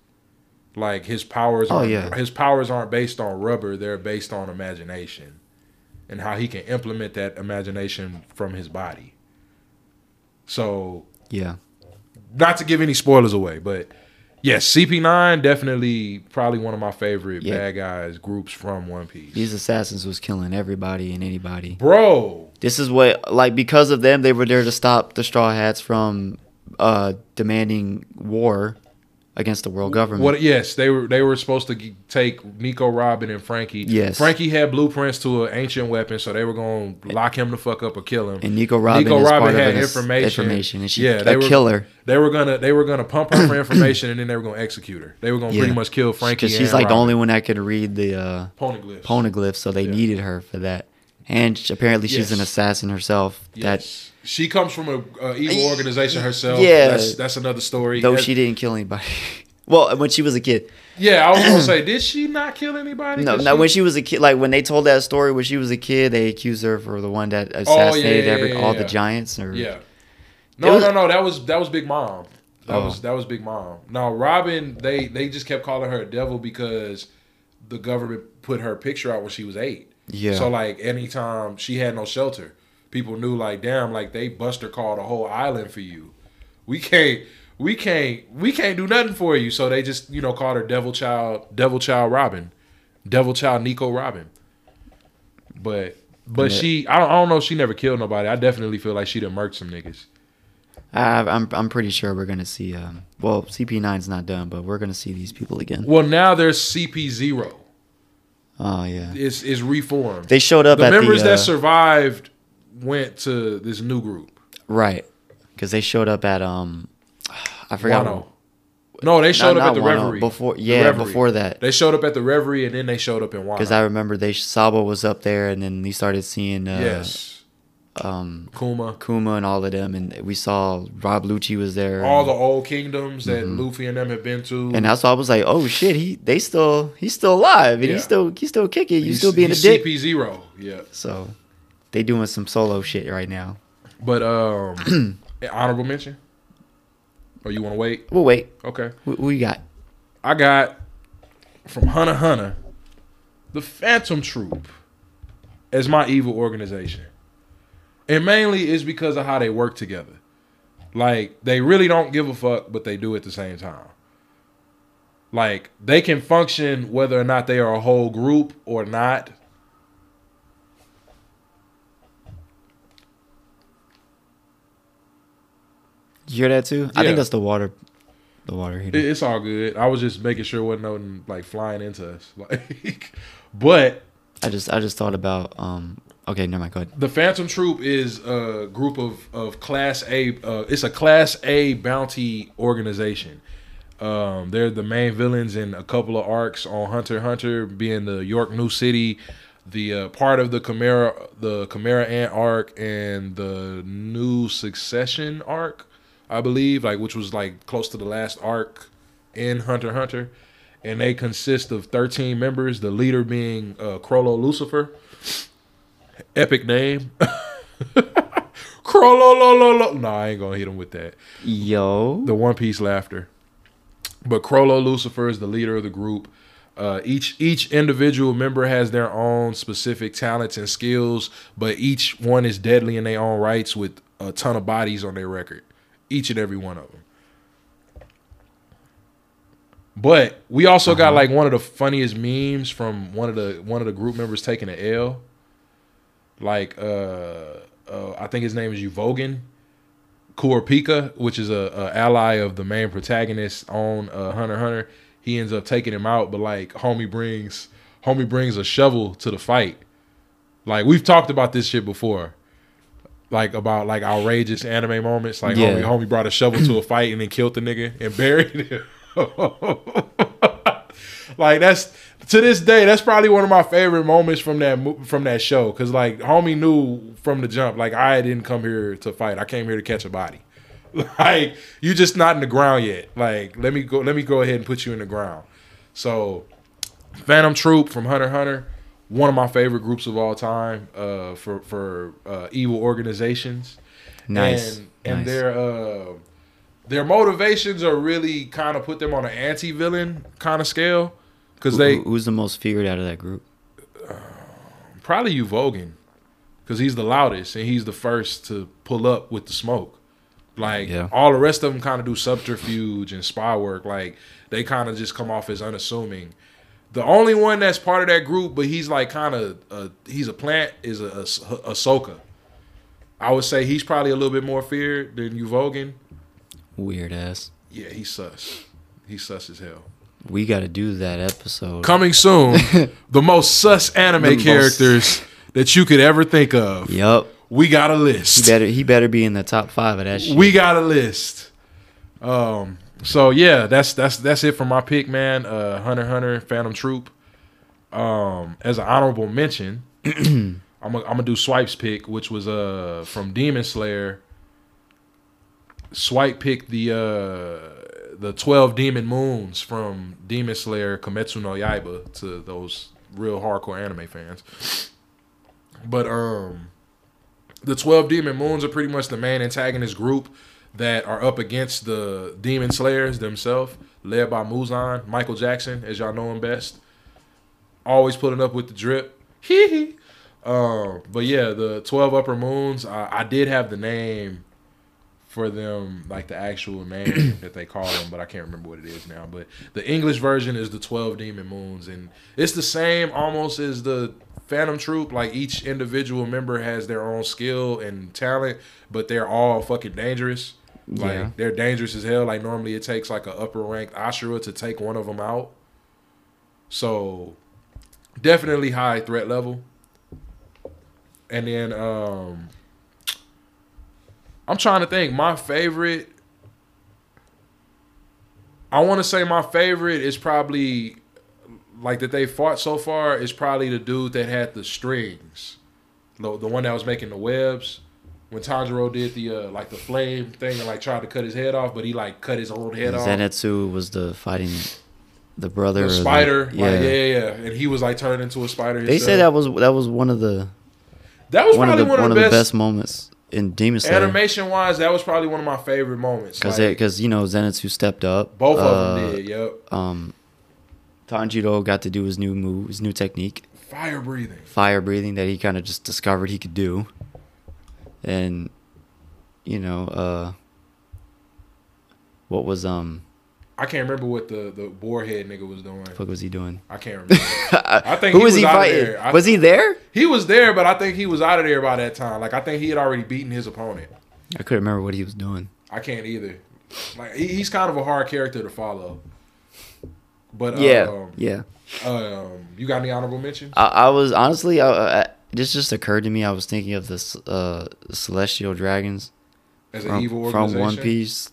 [SPEAKER 3] Like his powers
[SPEAKER 4] Oh,
[SPEAKER 3] aren't,
[SPEAKER 4] yeah.
[SPEAKER 3] his powers aren't based on rubber, they're based on imagination and how he can implement that imagination from his body. So,
[SPEAKER 4] Yeah,
[SPEAKER 3] not to give any spoilers away, but yes, CP9 definitely probably one of my favorite
[SPEAKER 4] Yeah.
[SPEAKER 3] bad guys groups from One Piece.
[SPEAKER 4] these assassins was killing everybody and anybody.
[SPEAKER 3] Bro,
[SPEAKER 4] This is what like because of them they were there to stop the Straw Hats from uh demanding war against the world government.
[SPEAKER 3] What? Yes, they were. They were supposed to g- take Nico Robin and Frankie.
[SPEAKER 4] Yes.
[SPEAKER 3] Frankie had blueprints to an ancient weapon, so they were going to lock him the fuck up or kill him.
[SPEAKER 4] and Nico Robin
[SPEAKER 3] Nico
[SPEAKER 4] is
[SPEAKER 3] Robin
[SPEAKER 4] part
[SPEAKER 3] had
[SPEAKER 4] of an ass-
[SPEAKER 3] information.
[SPEAKER 4] information and she
[SPEAKER 3] Yeah,
[SPEAKER 4] a
[SPEAKER 3] they were-
[SPEAKER 4] killer
[SPEAKER 3] They were gonna. They were gonna pump her for information, and then they were gonna execute her. They were gonna pretty
[SPEAKER 4] Yeah.
[SPEAKER 3] much kill Frankie.
[SPEAKER 4] because she's like the only one that could read the uh
[SPEAKER 3] poneglyphs.
[SPEAKER 4] poneglyph, so they
[SPEAKER 3] Yeah.
[SPEAKER 4] needed her for that. And sh- apparently she's an
[SPEAKER 3] Yes.
[SPEAKER 4] assassin herself.
[SPEAKER 3] Yes. she comes from a, a evil organization herself.
[SPEAKER 4] Yeah.
[SPEAKER 3] that's, that's another story.
[SPEAKER 4] That though
[SPEAKER 3] That's-
[SPEAKER 4] she didn't kill anybody. Well, when she was a kid.
[SPEAKER 3] Yeah, I was gonna say, did she not kill anybody?
[SPEAKER 4] No,
[SPEAKER 3] 'Cause
[SPEAKER 4] no. When she was a kid, like when they told that story when she was a kid, they accused her for the one that assassinated
[SPEAKER 3] Oh, yeah,
[SPEAKER 4] every
[SPEAKER 3] yeah,
[SPEAKER 4] all
[SPEAKER 3] yeah.
[SPEAKER 4] the giants. Or
[SPEAKER 3] yeah.
[SPEAKER 4] It
[SPEAKER 3] No,
[SPEAKER 4] was-
[SPEAKER 3] no, no. That was that was Big Mom. That
[SPEAKER 4] Oh.
[SPEAKER 3] was that was Big Mom. Now Robin, they they just kept calling her a devil because the government put her picture out when she was eight.
[SPEAKER 4] Yeah.
[SPEAKER 3] So like anytime she had no shelter, people knew like, damn, like they Buster called a whole island for you. We can't. We can't we can't do nothing for you. So they just, you know, called her Devil Child Devil Child Robin. Devil Child Nico Robin. But but
[SPEAKER 4] Yeah.
[SPEAKER 3] she I don't, I don't know if she never killed nobody. I definitely feel like she done murked some niggas.
[SPEAKER 4] I, I'm I'm pretty sure we're gonna see. Um, well, CP9's not done, but we're gonna see these people again.
[SPEAKER 3] Well, now there's CP zero.
[SPEAKER 4] Oh yeah,
[SPEAKER 3] It's is reformed.
[SPEAKER 4] they showed up
[SPEAKER 3] the
[SPEAKER 4] at
[SPEAKER 3] members
[SPEAKER 4] the uh,
[SPEAKER 3] that survived went to this new group.
[SPEAKER 4] right because they showed up at um, I forgot.
[SPEAKER 3] Wano. No, they showed up
[SPEAKER 4] not
[SPEAKER 3] at the
[SPEAKER 4] Wano,
[SPEAKER 3] Reverie
[SPEAKER 4] before-
[SPEAKER 3] The
[SPEAKER 4] yeah, before that.
[SPEAKER 3] They showed up at the Reverie and then they showed up in Wano.
[SPEAKER 4] Because I uh, remember they Sabo was up there, and then he started seeing uh,
[SPEAKER 3] yes,
[SPEAKER 4] um,
[SPEAKER 3] Kuma.
[SPEAKER 4] Kuma and all of them, and we saw Rob Lucci was there.
[SPEAKER 3] All
[SPEAKER 4] and-
[SPEAKER 3] the old kingdoms that Luffy and them have been to.
[SPEAKER 4] Mm-hmm. And that's why I was like, "Oh shit, he they still he's still alive, and
[SPEAKER 3] Yeah.
[SPEAKER 4] he's still he's still kicking, you
[SPEAKER 3] He's-
[SPEAKER 4] still being a
[SPEAKER 3] he's
[SPEAKER 4] dick."
[SPEAKER 3] CP zero. Yeah,
[SPEAKER 4] So they doing some solo shit right now.
[SPEAKER 3] but um, honorable mention. Or you want to wait?
[SPEAKER 4] Well, wait,
[SPEAKER 3] Okay.
[SPEAKER 4] who, who you got?
[SPEAKER 3] I got from Hunter x Hunter the Phantom Troop as my evil organization. And mainly is because of how they work together. Like they really don't give a fuck, but they do at the same time. Like they can function whether or not they are a whole group or not.
[SPEAKER 4] You hear that too? I
[SPEAKER 3] Yeah.
[SPEAKER 4] think that's the water, the water heater.
[SPEAKER 3] It- It's all good. I was just making sure it wasn't nothing like flying into us. Like, but
[SPEAKER 4] I just I just thought about um. Okay, never mind. Go ahead.
[SPEAKER 3] The Phantom Troop is a group of of Class A. Uh, it's a Class A bounty organization. Um, they're the main villains in a couple of arcs on Hunter x Hunter, being the York New City, the uh, part of the Chimera, the Chimera Ant arc, and the New Succession arc, I believe, like which was like close to the last arc in Hunter x Hunter, and they consist of thirteen members. The leader being uh, Crollo Lucifer epic name. Crololololo. No, I ain't gonna hit him with that.
[SPEAKER 4] Yo,
[SPEAKER 3] The One Piece laughter. But Crollo Lucifer is the leader of the group. Uh, each each individual member has their own specific talents and skills, but each one is deadly in their own rights with a ton of bodies on their record. Each and every one of them. But we also got like one of the funniest memes from one of the one of the group members taking an L. Like uh, uh I think his name is Uvogan. Kurapika, which is a, a ally of the main protagonist on uh, Hunter x Hunter, he ends up taking him out. But like, homie brings homie brings a shovel to the fight. Like we've talked about this shit before, like about like outrageous anime moments. Like
[SPEAKER 4] Yeah.
[SPEAKER 3] homie, homie brought a shovel to a fight and then killed the nigga and buried him. like that's to this day that's probably one of my favorite moments from that mo- from that show because like homie knew from the jump like i didn't come here to fight i came here to catch a body like you just not in the ground yet like let me go let me go ahead and put you in the ground so phantom troop from hunter x hunter one of my favorite groups of all time uh for for uh evil organizations
[SPEAKER 4] nice.
[SPEAKER 3] and, and
[SPEAKER 4] nice.
[SPEAKER 3] their uh, their motivations are really kind of put them on an anti villain kind of scale because they
[SPEAKER 4] Who- who's the most feared out of that group?
[SPEAKER 3] probably you Vogan because he's the loudest and he's the first to pull up with the smoke. Like
[SPEAKER 4] Yeah.
[SPEAKER 3] all the rest of them kind of do subterfuge and spy work. Like they kind of just come off as unassuming. The only one that's part of that group, but he's like kind of uh, he's a plant is a, a Ahsoka. I would say he's probably a little bit more feared than Uvogan.
[SPEAKER 4] Weird ass.
[SPEAKER 3] Yeah, he's sus. He's sus as hell.
[SPEAKER 4] We got to do that episode.
[SPEAKER 3] Coming soon, the most sus anime
[SPEAKER 4] The most-
[SPEAKER 3] characters that you could ever think of.
[SPEAKER 4] Yup.
[SPEAKER 3] We got a
[SPEAKER 4] He
[SPEAKER 3] list.
[SPEAKER 4] better he better be in the top five of that shit.
[SPEAKER 3] We got a list. Um. So yeah, that's that's that's it for my pick, man. Uh, Hunter x Hunter, Phantom Troop. Um, as an honorable mention, I'm gonna I'm gonna do Swipe's pick, which was uh from Demon Slayer. Swipe picked the uh the twelve demon moons from Demon Slayer, Kimetsu no Yaiba to those real hardcore anime fans. But um, the twelve demon moons are pretty much the main antagonist group that are up against the demon slayers themselves, led by Muzan, Michael Jackson, as y'all know him best. Always putting up with the drip. Hee hee. Um, but yeah, the twelve upper moons. I, I did have the name for them, like the actual name that they call them, but I can't remember what it is now. But the English version is the twelve demon moons, and it's the same almost as the Phantom Troop. Like each individual member has their own skill and talent, but they're all fucking dangerous. Like
[SPEAKER 4] Yeah.
[SPEAKER 3] they're dangerous as hell. Like normally it takes like an upper ranked Ashura to take one of them out. So definitely high threat level. And then um I'm trying to think. My favorite I want to say my favorite is probably like that they fought so far is probably the dude that had the strings. The, the one that was making the webs when Tanjiro did the uh, like the flame thing and like tried to cut his head off, but he like cut his own head off.
[SPEAKER 4] Zenitsu was the fighting, the brother. or
[SPEAKER 3] The
[SPEAKER 4] the-
[SPEAKER 3] spider, like,
[SPEAKER 4] yeah.
[SPEAKER 3] yeah. yeah, yeah, and he was like turned into a spider.
[SPEAKER 4] They
[SPEAKER 3] Himself.
[SPEAKER 4] said that was that was one of the
[SPEAKER 3] that was
[SPEAKER 4] one of
[SPEAKER 3] probably
[SPEAKER 4] the
[SPEAKER 3] one, of the best,
[SPEAKER 4] moments in Demon Slayer
[SPEAKER 3] animation wise. That was probably one of my favorite moments.
[SPEAKER 4] because
[SPEAKER 3] like,
[SPEAKER 4] because you know Zenitsu stepped up.
[SPEAKER 3] both
[SPEAKER 4] uh,
[SPEAKER 3] of them did. Yep,
[SPEAKER 4] Um, Tanjiro got to do his new move, his new technique,
[SPEAKER 3] fire breathing.
[SPEAKER 4] fire breathing that he kind of just discovered he could do, and you know uh, what was um
[SPEAKER 3] I can't remember what the the boar head nigga was doing.
[SPEAKER 4] fuck was he doing?
[SPEAKER 3] I can't remember. I think
[SPEAKER 4] Who
[SPEAKER 3] he
[SPEAKER 4] was
[SPEAKER 3] was
[SPEAKER 4] he
[SPEAKER 3] out of
[SPEAKER 4] fighting?
[SPEAKER 3] there. I-
[SPEAKER 4] Was he there?
[SPEAKER 3] he was there, but I think he was out of there by that time. Like I think he had already beaten his opponent.
[SPEAKER 4] I couldn't remember what he was doing.
[SPEAKER 3] I can't either. Like he, he's kind of a hard character to follow. But
[SPEAKER 4] yeah,
[SPEAKER 3] um,
[SPEAKER 4] yeah.
[SPEAKER 3] um, you got any honorable mentions?
[SPEAKER 4] I, I was honestly, I, I, this just occurred to me. I was thinking of this uh, Celestial Dragons
[SPEAKER 3] As an evil
[SPEAKER 4] from, from
[SPEAKER 3] organization,
[SPEAKER 4] One Piece,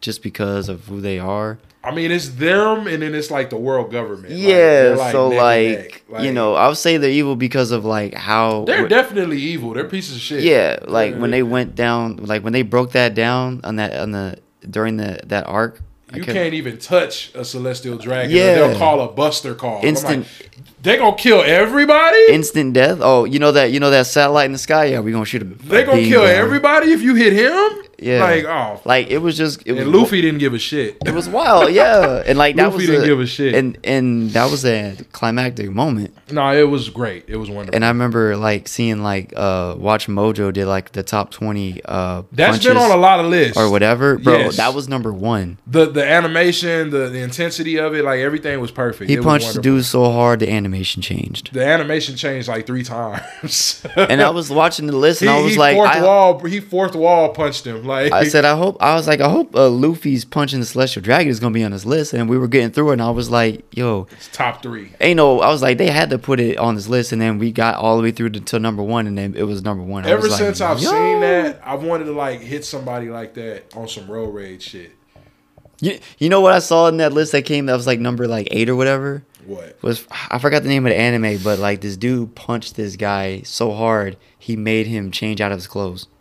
[SPEAKER 4] just because of who they are.
[SPEAKER 3] I mean, it's them, and then it's like the world government. Like,
[SPEAKER 4] yeah,
[SPEAKER 3] they're, like,
[SPEAKER 4] so
[SPEAKER 3] neck and
[SPEAKER 4] like,
[SPEAKER 3] neck. Like,
[SPEAKER 4] you know, I would say they're evil because of like how.
[SPEAKER 3] they're
[SPEAKER 4] wh-
[SPEAKER 3] definitely evil. They're pieces of shit.
[SPEAKER 4] yeah, like when
[SPEAKER 3] Yeah.
[SPEAKER 4] they went down, like when they broke that down on that on the during the that arc. I
[SPEAKER 3] You
[SPEAKER 4] kept-
[SPEAKER 3] can't even touch a celestial dragon. or
[SPEAKER 4] Yeah.
[SPEAKER 3] they'll call a buster call. I'm
[SPEAKER 4] Instant-
[SPEAKER 3] like, they gonna kill everybody.
[SPEAKER 4] Instant death. Oh, you know that you know that satellite in the sky. Yeah, we gonna shoot. A,
[SPEAKER 3] they
[SPEAKER 4] a
[SPEAKER 3] gonna
[SPEAKER 4] beam
[SPEAKER 3] kill
[SPEAKER 4] down.
[SPEAKER 3] everybody if you hit him.
[SPEAKER 4] Yeah.
[SPEAKER 3] Like oh,
[SPEAKER 4] Like it was just it was
[SPEAKER 3] and Luffy didn't give a shit.
[SPEAKER 4] It was wild, yeah. And like that
[SPEAKER 3] Luffy
[SPEAKER 4] was
[SPEAKER 3] didn't give a shit.
[SPEAKER 4] And and that was a climactic moment.
[SPEAKER 3] no, it was great. It was wonderful.
[SPEAKER 4] And I remember like seeing like uh Watch Mojo did like the top twenty uh
[SPEAKER 3] That's been on
[SPEAKER 4] punches
[SPEAKER 3] a lot of lists
[SPEAKER 4] or whatever. Bro,
[SPEAKER 3] Yes.
[SPEAKER 4] that was number one.
[SPEAKER 3] The the animation, the, the intensity of it, like everything was perfect.
[SPEAKER 4] He
[SPEAKER 3] It was
[SPEAKER 4] punched the
[SPEAKER 3] wonderful.
[SPEAKER 4] dude so hard the animation changed.
[SPEAKER 3] The animation changed like three times.
[SPEAKER 4] And I was watching the list
[SPEAKER 3] he,
[SPEAKER 4] and I was
[SPEAKER 3] he
[SPEAKER 4] like
[SPEAKER 3] fourth
[SPEAKER 4] I,
[SPEAKER 3] wall. He fourth wall punched him. Like
[SPEAKER 4] I said I hope I was like I hope uh, Luffy's punching the celestial dragon is gonna be on this list and we were getting through it and I was like, yo,
[SPEAKER 3] it's top three.
[SPEAKER 4] ain't no I was like they had to put it on this list and then we got all the way through to, to number one and then it was number one. I
[SPEAKER 3] Ever
[SPEAKER 4] was like,
[SPEAKER 3] since I've
[SPEAKER 4] yo.
[SPEAKER 3] seen that, I've wanted to like hit somebody like that on some road rage shit.
[SPEAKER 4] You, you know what I saw in that list that came that was like number like eight or whatever
[SPEAKER 3] What?
[SPEAKER 4] was I forgot the name of the anime, but like this dude punched this guy so hard he made him change out of his clothes.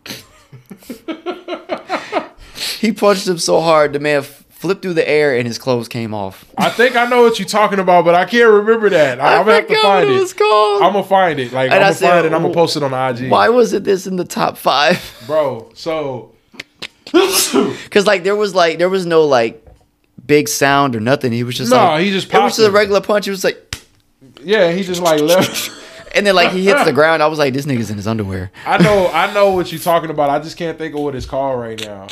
[SPEAKER 4] he punched him so hard the man f- flipped through the air and his clothes came off.
[SPEAKER 3] I think I know what you're talking about, but I can't remember that. I, am gonna have to
[SPEAKER 4] forgot
[SPEAKER 3] find
[SPEAKER 4] what it
[SPEAKER 3] it.
[SPEAKER 4] was called.
[SPEAKER 3] I'm gonna find it. Like
[SPEAKER 4] And
[SPEAKER 3] I'm
[SPEAKER 4] I
[SPEAKER 3] gonna
[SPEAKER 4] said,
[SPEAKER 3] find it. and I'm gonna
[SPEAKER 4] "Wh-
[SPEAKER 3] post it on the IG,
[SPEAKER 4] Why wasn't this in the top five?
[SPEAKER 3] bro. So
[SPEAKER 4] Because like there was like there was no like big sound or nothing. He was just
[SPEAKER 3] No,
[SPEAKER 4] like
[SPEAKER 3] he just
[SPEAKER 4] it was
[SPEAKER 3] popped
[SPEAKER 4] just a
[SPEAKER 3] him.
[SPEAKER 4] regular punch. It was like
[SPEAKER 3] yeah, he just like left.
[SPEAKER 4] and then like he hits the ground. I was like this nigga's in his underwear.
[SPEAKER 3] I know, I know what you're talking about. I just can't think of what it's called right now.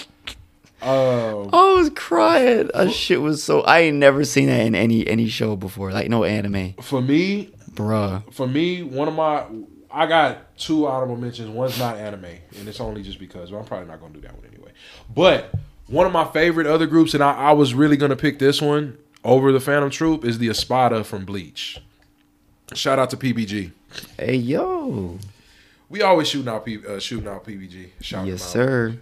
[SPEAKER 3] Um,
[SPEAKER 4] I was crying. That shit was so. I ain't never seen that in any any show before. Like no anime,
[SPEAKER 3] for me,
[SPEAKER 4] bruh.
[SPEAKER 3] for me, one of my, I got two honorable mentions. One's not anime, and it's only just because. But I'm probably not gonna do that one anyway. But one of my favorite other groups, and I, I was really gonna pick this one over the Phantom Troop, is the Espada from Bleach. Shout out to PBG.
[SPEAKER 4] Hey yo,
[SPEAKER 3] We always shooting out, P, uh, shooting out PBG. Shout
[SPEAKER 4] yes
[SPEAKER 3] them out.
[SPEAKER 4] sir.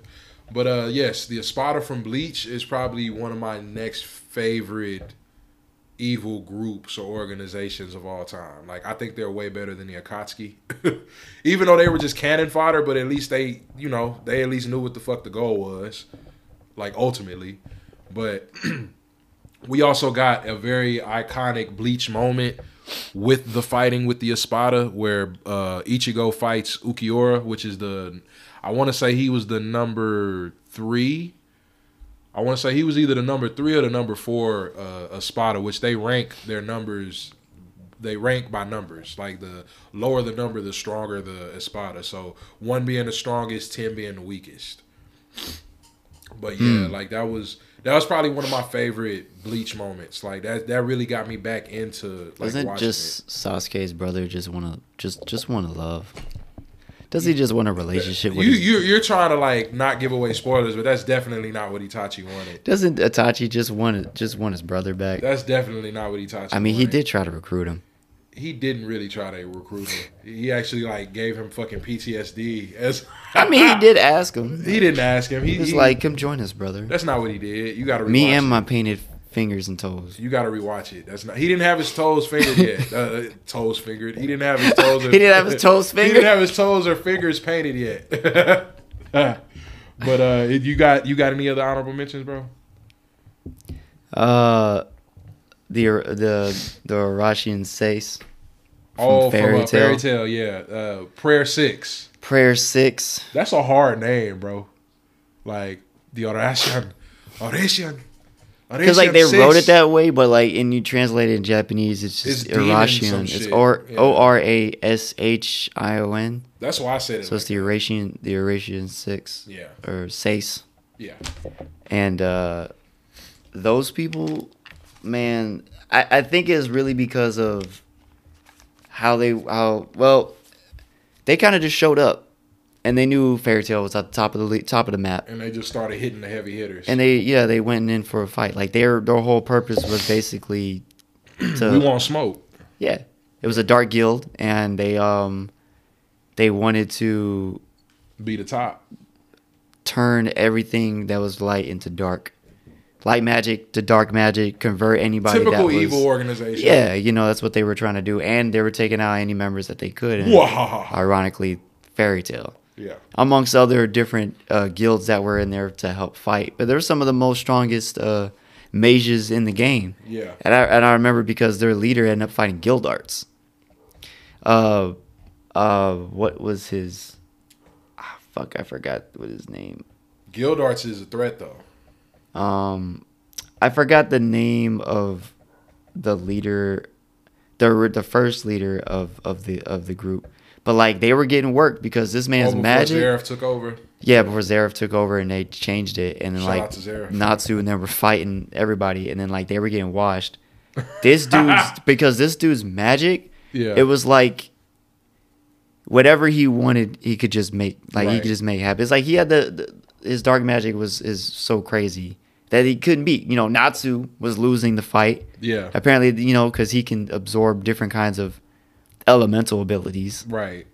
[SPEAKER 3] But uh yes, the Espada from Bleach is probably one of my next favorite evil groups or organizations of all time. Like I think they're way better than the Akatsuki. Even though they were just cannon fodder, but at least they, you know, they at least knew what the fuck the goal was. Like ultimately. But we also got a very iconic Bleach moment with the fighting with the Espada, where uh, Ichigo fights Ukiura, which is the I want to say he was the number three. I want to say he was either the number three or the number four uh, Espada, which they rank their numbers. They rank by numbers. Like the lower the number, the stronger the Espada. So one being the strongest, ten being the weakest. But yeah,
[SPEAKER 4] Hmm.
[SPEAKER 3] like that was that was probably one of my favorite Bleach moments. Like that that really got me back into like
[SPEAKER 4] Doesn't
[SPEAKER 3] watching
[SPEAKER 4] just Sasuke's brother just want to just just want to love? Does he just want a
[SPEAKER 3] it.
[SPEAKER 4] relationship with?
[SPEAKER 3] You
[SPEAKER 4] his-
[SPEAKER 3] you you're trying to like not give away spoilers, but that's definitely not what Itachi wanted.
[SPEAKER 4] doesn't Itachi just want just want his brother back?
[SPEAKER 3] That's definitely not what Itachi.
[SPEAKER 4] I mean, he
[SPEAKER 3] wanted.
[SPEAKER 4] did try to recruit him.
[SPEAKER 3] He didn't really try to recruit him. He actually like gave him fucking PTSD. As
[SPEAKER 4] I mean, he did ask him.
[SPEAKER 3] he didn't ask him. He,
[SPEAKER 4] He was
[SPEAKER 3] he-
[SPEAKER 4] like, "Come join us, brother."
[SPEAKER 3] that's not what he did. You got to
[SPEAKER 4] Me and my painted fingers and toes.
[SPEAKER 3] You gotta rewatch it. That's not. He didn't have his toes fingered yet. Uh, toes fingered. He didn't have his toes.
[SPEAKER 4] He didn't have his toes
[SPEAKER 3] He
[SPEAKER 4] fingered?
[SPEAKER 3] didn't have his toes or fingers painted yet. but uh, you got you got any other honorable mentions, bro?
[SPEAKER 4] Uh, the the the Arashi and Seis.
[SPEAKER 3] oh,
[SPEAKER 4] Fairy
[SPEAKER 3] from uh, Fairy
[SPEAKER 4] Tail.
[SPEAKER 3] Tale. Yeah. Uh, Prayer Six.
[SPEAKER 4] Prayer six.
[SPEAKER 3] That's a hard name, bro. Like the Orashan, Orashan.
[SPEAKER 4] Because like they wrote it that way, but like and you translate it in Japanese, it's just
[SPEAKER 3] It's demon some
[SPEAKER 4] Irashion. It's
[SPEAKER 3] shit.
[SPEAKER 4] or
[SPEAKER 3] Yeah.
[SPEAKER 4] O R A S H I O N.
[SPEAKER 3] That's why I said it.
[SPEAKER 4] So it's
[SPEAKER 3] like-
[SPEAKER 4] the Eurasian, the Eurasian six
[SPEAKER 3] yeah,
[SPEAKER 4] or Seis,
[SPEAKER 3] yeah.
[SPEAKER 4] and uh, those people, man, I, I think it's really because of how they how well they kind of just showed up, and they knew Fairy Tale was at the top of the le- top of the map,
[SPEAKER 3] And they just started hitting the heavy hitters.
[SPEAKER 4] and they yeah they went in for a fight like their their whole purpose was basically to
[SPEAKER 3] we
[SPEAKER 4] uh,
[SPEAKER 3] want smoke.
[SPEAKER 4] yeah it was a dark guild and they um they wanted to
[SPEAKER 3] Be the top.
[SPEAKER 4] turn everything that was light into dark light magic to dark magic convert anybody
[SPEAKER 3] Typical
[SPEAKER 4] that was
[SPEAKER 3] evil organization.
[SPEAKER 4] yeah you know that's what they were trying to do and they were taking out any members that they could and
[SPEAKER 3] Wahaha.
[SPEAKER 4] ironically fairy tale
[SPEAKER 3] Yeah.
[SPEAKER 4] amongst other different uh, guilds that were in there to help fight. But they're some of the most strongest uh, mages in the game.
[SPEAKER 3] Yeah.
[SPEAKER 4] And I, and I remember because their leader ended up fighting guild arts. Uh, uh, what was his? Ah, fuck, I forgot what his name.
[SPEAKER 3] Guildarts is a threat though.
[SPEAKER 4] Um, I forgot the name of the leader, the the first leader of of the of the group. But like they were getting worked because this man's
[SPEAKER 3] before
[SPEAKER 4] magic.
[SPEAKER 3] Zverev took over.
[SPEAKER 4] Yeah, before Zarev took over and they changed it, and then
[SPEAKER 3] Shout out
[SPEAKER 4] like
[SPEAKER 3] to Zarev.
[SPEAKER 4] Natsu and then were fighting everybody, and then like they were getting washed. This dude's because this dude's magic.
[SPEAKER 3] Yeah.
[SPEAKER 4] it was like whatever he wanted, he could just make like he
[SPEAKER 3] Right.
[SPEAKER 4] could just make happen. It's like he had the, the his dark magic was is so crazy that he couldn't beat. You know, Natsu was losing the fight.
[SPEAKER 3] Yeah.
[SPEAKER 4] Apparently, you know, because he can absorb different kinds of elemental abilities
[SPEAKER 3] Right.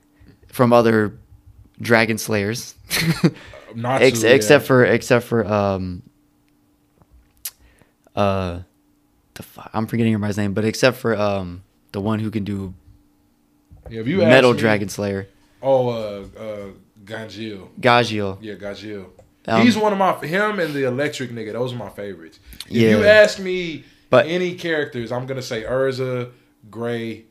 [SPEAKER 4] from other dragon slayers.
[SPEAKER 3] Not
[SPEAKER 4] Ex- except for except for um uh the fu- I'm forgetting everybody's name, but except for um the one who can do
[SPEAKER 3] yeah, if you ask
[SPEAKER 4] Metal
[SPEAKER 3] me-
[SPEAKER 4] Dragon Slayer,
[SPEAKER 3] Oh, uh, uh, Ganjil.
[SPEAKER 4] Gagio.
[SPEAKER 3] Yeah, Ganjil.
[SPEAKER 4] Um,
[SPEAKER 3] He's one of my him and the electric nigga. Those are my favorites. If you
[SPEAKER 4] Yeah.
[SPEAKER 3] ask me
[SPEAKER 4] But-
[SPEAKER 3] any characters, I'm gonna say Urza, Gray,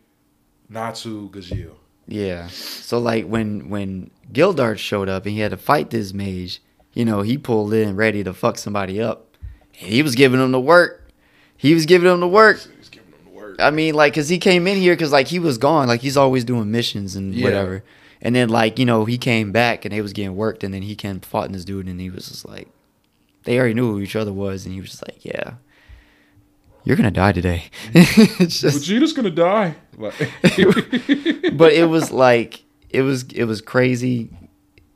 [SPEAKER 3] Natsu, Gajil.
[SPEAKER 4] Yeah. So like when when Gildart showed up and he had to fight this mage, you know, he pulled in ready to fuck somebody up. And he was giving him the work. He was giving him the work.
[SPEAKER 3] He's giving them the word.
[SPEAKER 4] I mean, like, cause he came in here, cause like he was gone, like he's always doing missions and
[SPEAKER 3] Yeah.
[SPEAKER 4] whatever. And then like you know he came back and they was getting worked, and then he came fought in this dude, and he was just like, they already knew who each other was, and he was just like, yeah, you're gonna die today. it's just,
[SPEAKER 3] Vegeta's gonna die. Like,
[SPEAKER 4] but it was like it was it was crazy.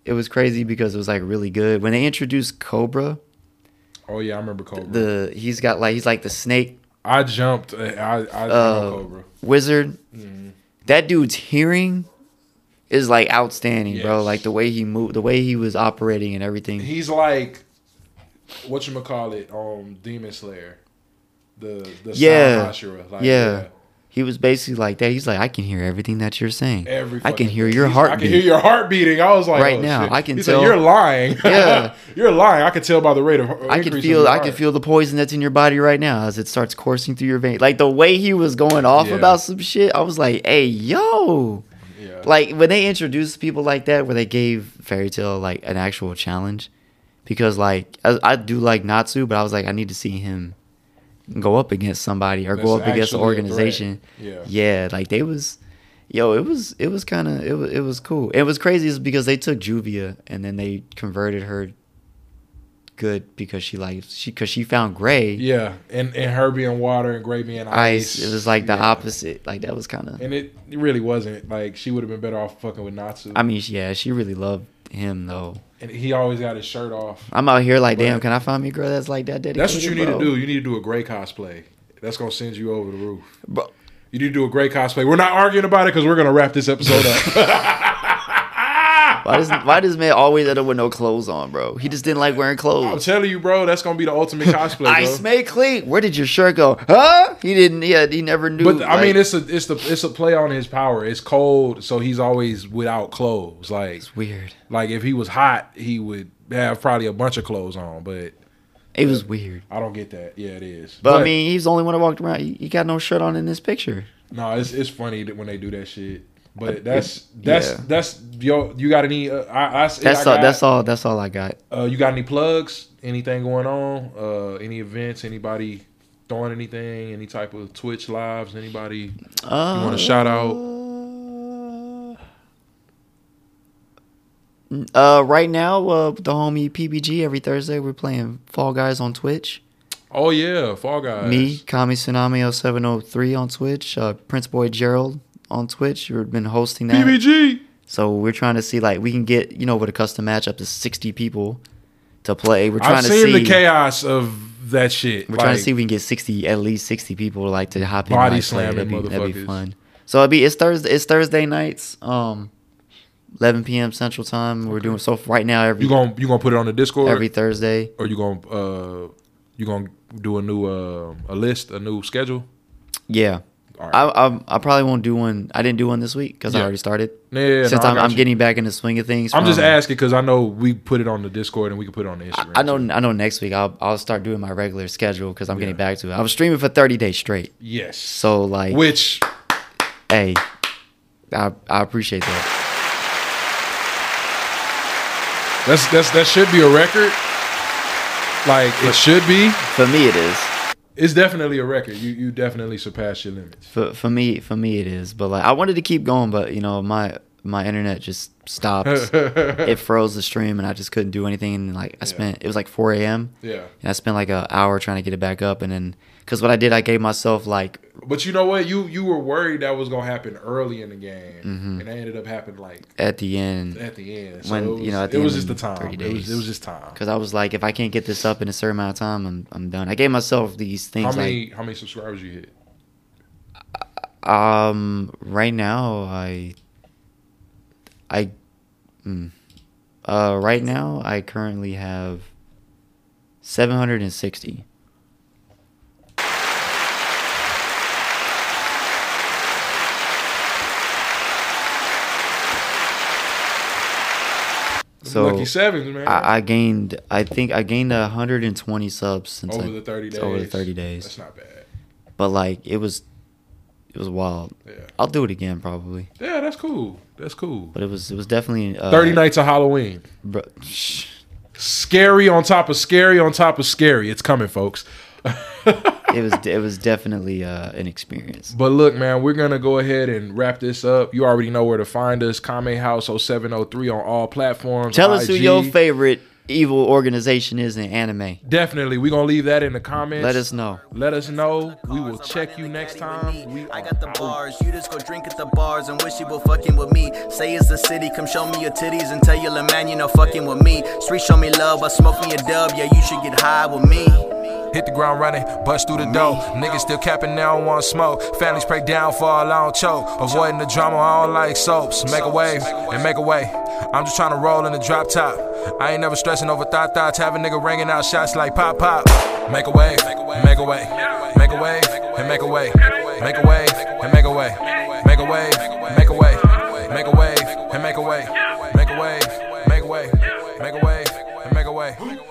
[SPEAKER 4] It was crazy because it was like really good when they introduced Cobra.
[SPEAKER 3] oh yeah, I remember Cobra.
[SPEAKER 4] The he's got like he's like the snake
[SPEAKER 3] I jumped. I I, I
[SPEAKER 4] Uh,
[SPEAKER 3] know Cobra.
[SPEAKER 4] wizard.
[SPEAKER 3] Mm-hmm.
[SPEAKER 4] That dude's hearing is like outstanding, bro.
[SPEAKER 3] Yes.
[SPEAKER 4] Like the way he moved, the way he was operating, and everything.
[SPEAKER 3] He's like what you call it, um, Demon Slayer, the the
[SPEAKER 4] Yeah.
[SPEAKER 3] Sound Hashira. Like,
[SPEAKER 4] Yeah. He was basically like that. He's like, I can hear everything that you're saying.
[SPEAKER 3] Every
[SPEAKER 4] I can
[SPEAKER 3] fucking
[SPEAKER 4] hear
[SPEAKER 3] thing.
[SPEAKER 4] your
[SPEAKER 3] He's like,
[SPEAKER 4] heartbeat.
[SPEAKER 3] I can hear your heart beating. I was like,
[SPEAKER 4] Right
[SPEAKER 3] oh,
[SPEAKER 4] now,
[SPEAKER 3] shit.
[SPEAKER 4] I can
[SPEAKER 3] He's
[SPEAKER 4] tell-
[SPEAKER 3] Like, you're lying.
[SPEAKER 4] Yeah.
[SPEAKER 3] you're lying. I can tell by the rate of.
[SPEAKER 4] I can feel I can feel the poison that's in your body right now as it starts coursing through your veins. Like the way he was going off
[SPEAKER 3] Yeah.
[SPEAKER 4] about some shit, I was like, "Hey, yo!"
[SPEAKER 3] Yeah.
[SPEAKER 4] Like when they introduced people like that, where they gave Fairy Tale like an actual challenge, because like I, I do like Natsu, but I was like, I need to see him go up against somebody or go
[SPEAKER 3] That's
[SPEAKER 4] up against an
[SPEAKER 3] actually a threat.
[SPEAKER 4] organization.
[SPEAKER 3] Yeah.
[SPEAKER 4] yeah, like they was. Yo, it was it was kind of it was, it was cool. It was crazy is because they took Juvia and then they converted her good because she like she because she found gray
[SPEAKER 3] Yeah, and and her being water and Gray being ice.
[SPEAKER 4] ice. It was like the
[SPEAKER 3] Yeah.
[SPEAKER 4] opposite. Like that was kind of.
[SPEAKER 3] And it it really wasn't like she would have been better off fucking with Natsu.
[SPEAKER 4] I mean, yeah, she really loved him though.
[SPEAKER 3] and he always got his shirt off.
[SPEAKER 4] I'm out here like, damn,
[SPEAKER 3] But-
[SPEAKER 4] can I find me a girl that's like that? Dedicated,
[SPEAKER 3] That's what you need
[SPEAKER 4] bro?
[SPEAKER 3] to do. You need to do a Gray cosplay. That's gonna send you over the roof.
[SPEAKER 4] Bro,
[SPEAKER 3] You need to do a Gray cosplay. We're not arguing about it because we're gonna wrap this episode up.
[SPEAKER 4] why does why does man always end up with no clothes on, bro? He just didn't like wearing
[SPEAKER 3] I'm
[SPEAKER 4] clothes.
[SPEAKER 3] telling you, bro. That's gonna be the ultimate cosplay. bro.
[SPEAKER 4] Ice May Cleat. Where did your shirt go? Huh? He didn't. Yeah, he never knew.
[SPEAKER 3] But I
[SPEAKER 4] like-
[SPEAKER 3] mean, it's a it's the it's a play on his power. It's cold, so he's always without clothes. Like
[SPEAKER 4] weird.
[SPEAKER 3] like if he was hot, he would have probably a bunch of clothes on. But
[SPEAKER 4] It was weird.
[SPEAKER 3] I don't get that. Yeah, it is.
[SPEAKER 4] But, I mean, he's the only one that walked around. He, he got no shirt on in this picture.
[SPEAKER 3] no, it's it's funny that when they do that shit. But that's that's that's yo. You got any? Uh, I, I,
[SPEAKER 4] That's
[SPEAKER 3] I
[SPEAKER 4] all.
[SPEAKER 3] got,
[SPEAKER 4] That's all. That's all I got.
[SPEAKER 3] Uh, you got any plugs? Anything going on? Uh, any events? Anybody throwing anything? Any type of Twitch lives? Anybody
[SPEAKER 4] Uh,
[SPEAKER 3] you want to shout out?
[SPEAKER 4] Uh, right now, uh, the homie PBG every Thursday we're playing Fall Guys on Twitch.
[SPEAKER 3] Oh yeah, Fall Guys.
[SPEAKER 4] Me, Kami Tsunami 0703 on Twitch. Uh, Prince Boy Gerald on Twitch. We've been hosting that.
[SPEAKER 3] PBG.
[SPEAKER 4] So we're trying to see like we can get you know with a custom match up to sixty people to play. We're trying
[SPEAKER 3] I've
[SPEAKER 4] to
[SPEAKER 3] seen
[SPEAKER 4] see.
[SPEAKER 3] the chaos of that shit.
[SPEAKER 4] We're trying to
[SPEAKER 3] Like,
[SPEAKER 4] see if we can get sixty, at least sixty people to like to hop in. and,
[SPEAKER 3] Body
[SPEAKER 4] like, play.
[SPEAKER 3] slamming
[SPEAKER 4] that'd be, that'd be
[SPEAKER 3] motherfuckers.
[SPEAKER 4] fun. So it'd be it's Thursday. It's Thursday nights, um, eleven p.m. Central Time. We're doing so right now every
[SPEAKER 3] you gonna you gonna put it on the Discord,
[SPEAKER 4] every Thursday.
[SPEAKER 3] or you gonna uh you gonna do a new uh, a list, a new schedule.
[SPEAKER 4] Yeah,
[SPEAKER 3] All
[SPEAKER 4] I, I I probably won't do one. I didn't do one this week because I
[SPEAKER 3] Yeah.
[SPEAKER 4] already started.
[SPEAKER 3] Yeah, yeah, yeah,
[SPEAKER 4] Since
[SPEAKER 3] no, I
[SPEAKER 4] I'm,
[SPEAKER 3] got
[SPEAKER 4] I'm
[SPEAKER 3] you.
[SPEAKER 4] getting back in the swing of things.
[SPEAKER 3] I'm just
[SPEAKER 4] from-
[SPEAKER 3] asking because I know we put it on the Discord and we can put it on the Instagram.
[SPEAKER 4] I know.
[SPEAKER 3] too.
[SPEAKER 4] I know. Next week, I'll I'll start doing my regular schedule because I'm getting
[SPEAKER 3] Yeah.
[SPEAKER 4] back to it. I was streaming for 30 days straight.
[SPEAKER 3] Yes.
[SPEAKER 4] So like,
[SPEAKER 3] Which
[SPEAKER 4] hey, I I appreciate that.
[SPEAKER 3] that's that's that should be a record. Like it should be.
[SPEAKER 4] For me, it is.
[SPEAKER 3] It's definitely a record. You you definitely surpassed your limits.
[SPEAKER 4] For for me, for me, it is. But like, I wanted to keep going, but you know, my my internet just stopped. it froze the stream, and I just couldn't do anything. And like, I spent it was like 4 a.m.
[SPEAKER 3] Yeah.
[SPEAKER 4] And I spent like an hour trying to get it back up, and then because what I did, I gave myself like
[SPEAKER 3] But you know what? You you were worried that was gonna happen early in the game,
[SPEAKER 4] Mm-hmm.
[SPEAKER 3] and that ended up happening like
[SPEAKER 4] at the end
[SPEAKER 3] at the end. So
[SPEAKER 4] When,
[SPEAKER 3] it was,
[SPEAKER 4] you know, at the
[SPEAKER 3] it
[SPEAKER 4] end
[SPEAKER 3] was
[SPEAKER 4] of
[SPEAKER 3] just the
[SPEAKER 4] 30
[SPEAKER 3] time. It was,
[SPEAKER 4] days.
[SPEAKER 3] it was just time.
[SPEAKER 4] because I was like, if I can't get this up in a certain amount of time, I'm I'm done. I gave myself these things
[SPEAKER 3] How
[SPEAKER 4] like.
[SPEAKER 3] many how many subscribers you hit?
[SPEAKER 4] Um, right now, I, I, mm, uh, right now, I currently have seven hundred and sixty. So
[SPEAKER 3] Lucky sevens, man.
[SPEAKER 4] I, I gained, I think I gained hundred and twenty subs since
[SPEAKER 3] over
[SPEAKER 4] I-
[SPEAKER 3] the thirty days.
[SPEAKER 4] over the thirty days.
[SPEAKER 3] That's not bad.
[SPEAKER 4] But like, it was, it was wild.
[SPEAKER 3] Yeah.
[SPEAKER 4] I'll do it again probably.
[SPEAKER 3] Yeah, that's cool. That's cool.
[SPEAKER 4] But it was it was definitely uh,
[SPEAKER 3] Thirty nights of Halloween.
[SPEAKER 4] Bro, shh.
[SPEAKER 3] Scary on top of scary on top of scary. It's coming, folks.
[SPEAKER 4] it was it was definitely uh, an experience.
[SPEAKER 3] But look, man, we're gonna go ahead and wrap this up. You already know where to find us. Kame House 0703 on all platforms.
[SPEAKER 4] Tell us who
[SPEAKER 3] IG.
[SPEAKER 4] your favorite evil organization is in anime.
[SPEAKER 3] Definitely, we're gonna leave that in the comments.
[SPEAKER 4] Let us know.
[SPEAKER 3] Let us know. We will
[SPEAKER 2] cars, I'm
[SPEAKER 3] check
[SPEAKER 2] riding
[SPEAKER 3] you
[SPEAKER 2] the
[SPEAKER 3] next
[SPEAKER 2] caddy with
[SPEAKER 3] time.
[SPEAKER 2] me.
[SPEAKER 3] We
[SPEAKER 2] I
[SPEAKER 3] are
[SPEAKER 2] got the
[SPEAKER 3] out.
[SPEAKER 2] bars, you just go drink at the bars and wish you were fucking with me. Say it's the city, come show me your titties and tell your little man you know fucking with me. Street show me love, I smoke me a dub, yeah you should get high with me.
[SPEAKER 1] Hit the ground running, bust through the door. Niggas still capping, they don't want smoke. Families break down, fall, I don't choke. Avoiding the drama, I don't like soaps. Make a wave and make a way. I'm just trying to roll in the drop top. I ain't never stressing over thought thoughts. Have a nigga ringing out shots like pop pop. Make a wave, make a wave, make a wave, and make a wave. make a wave, and make a way, make a wave, make a way, make a wave, and make a way, make a wave, make a way, make a wave, and make a way.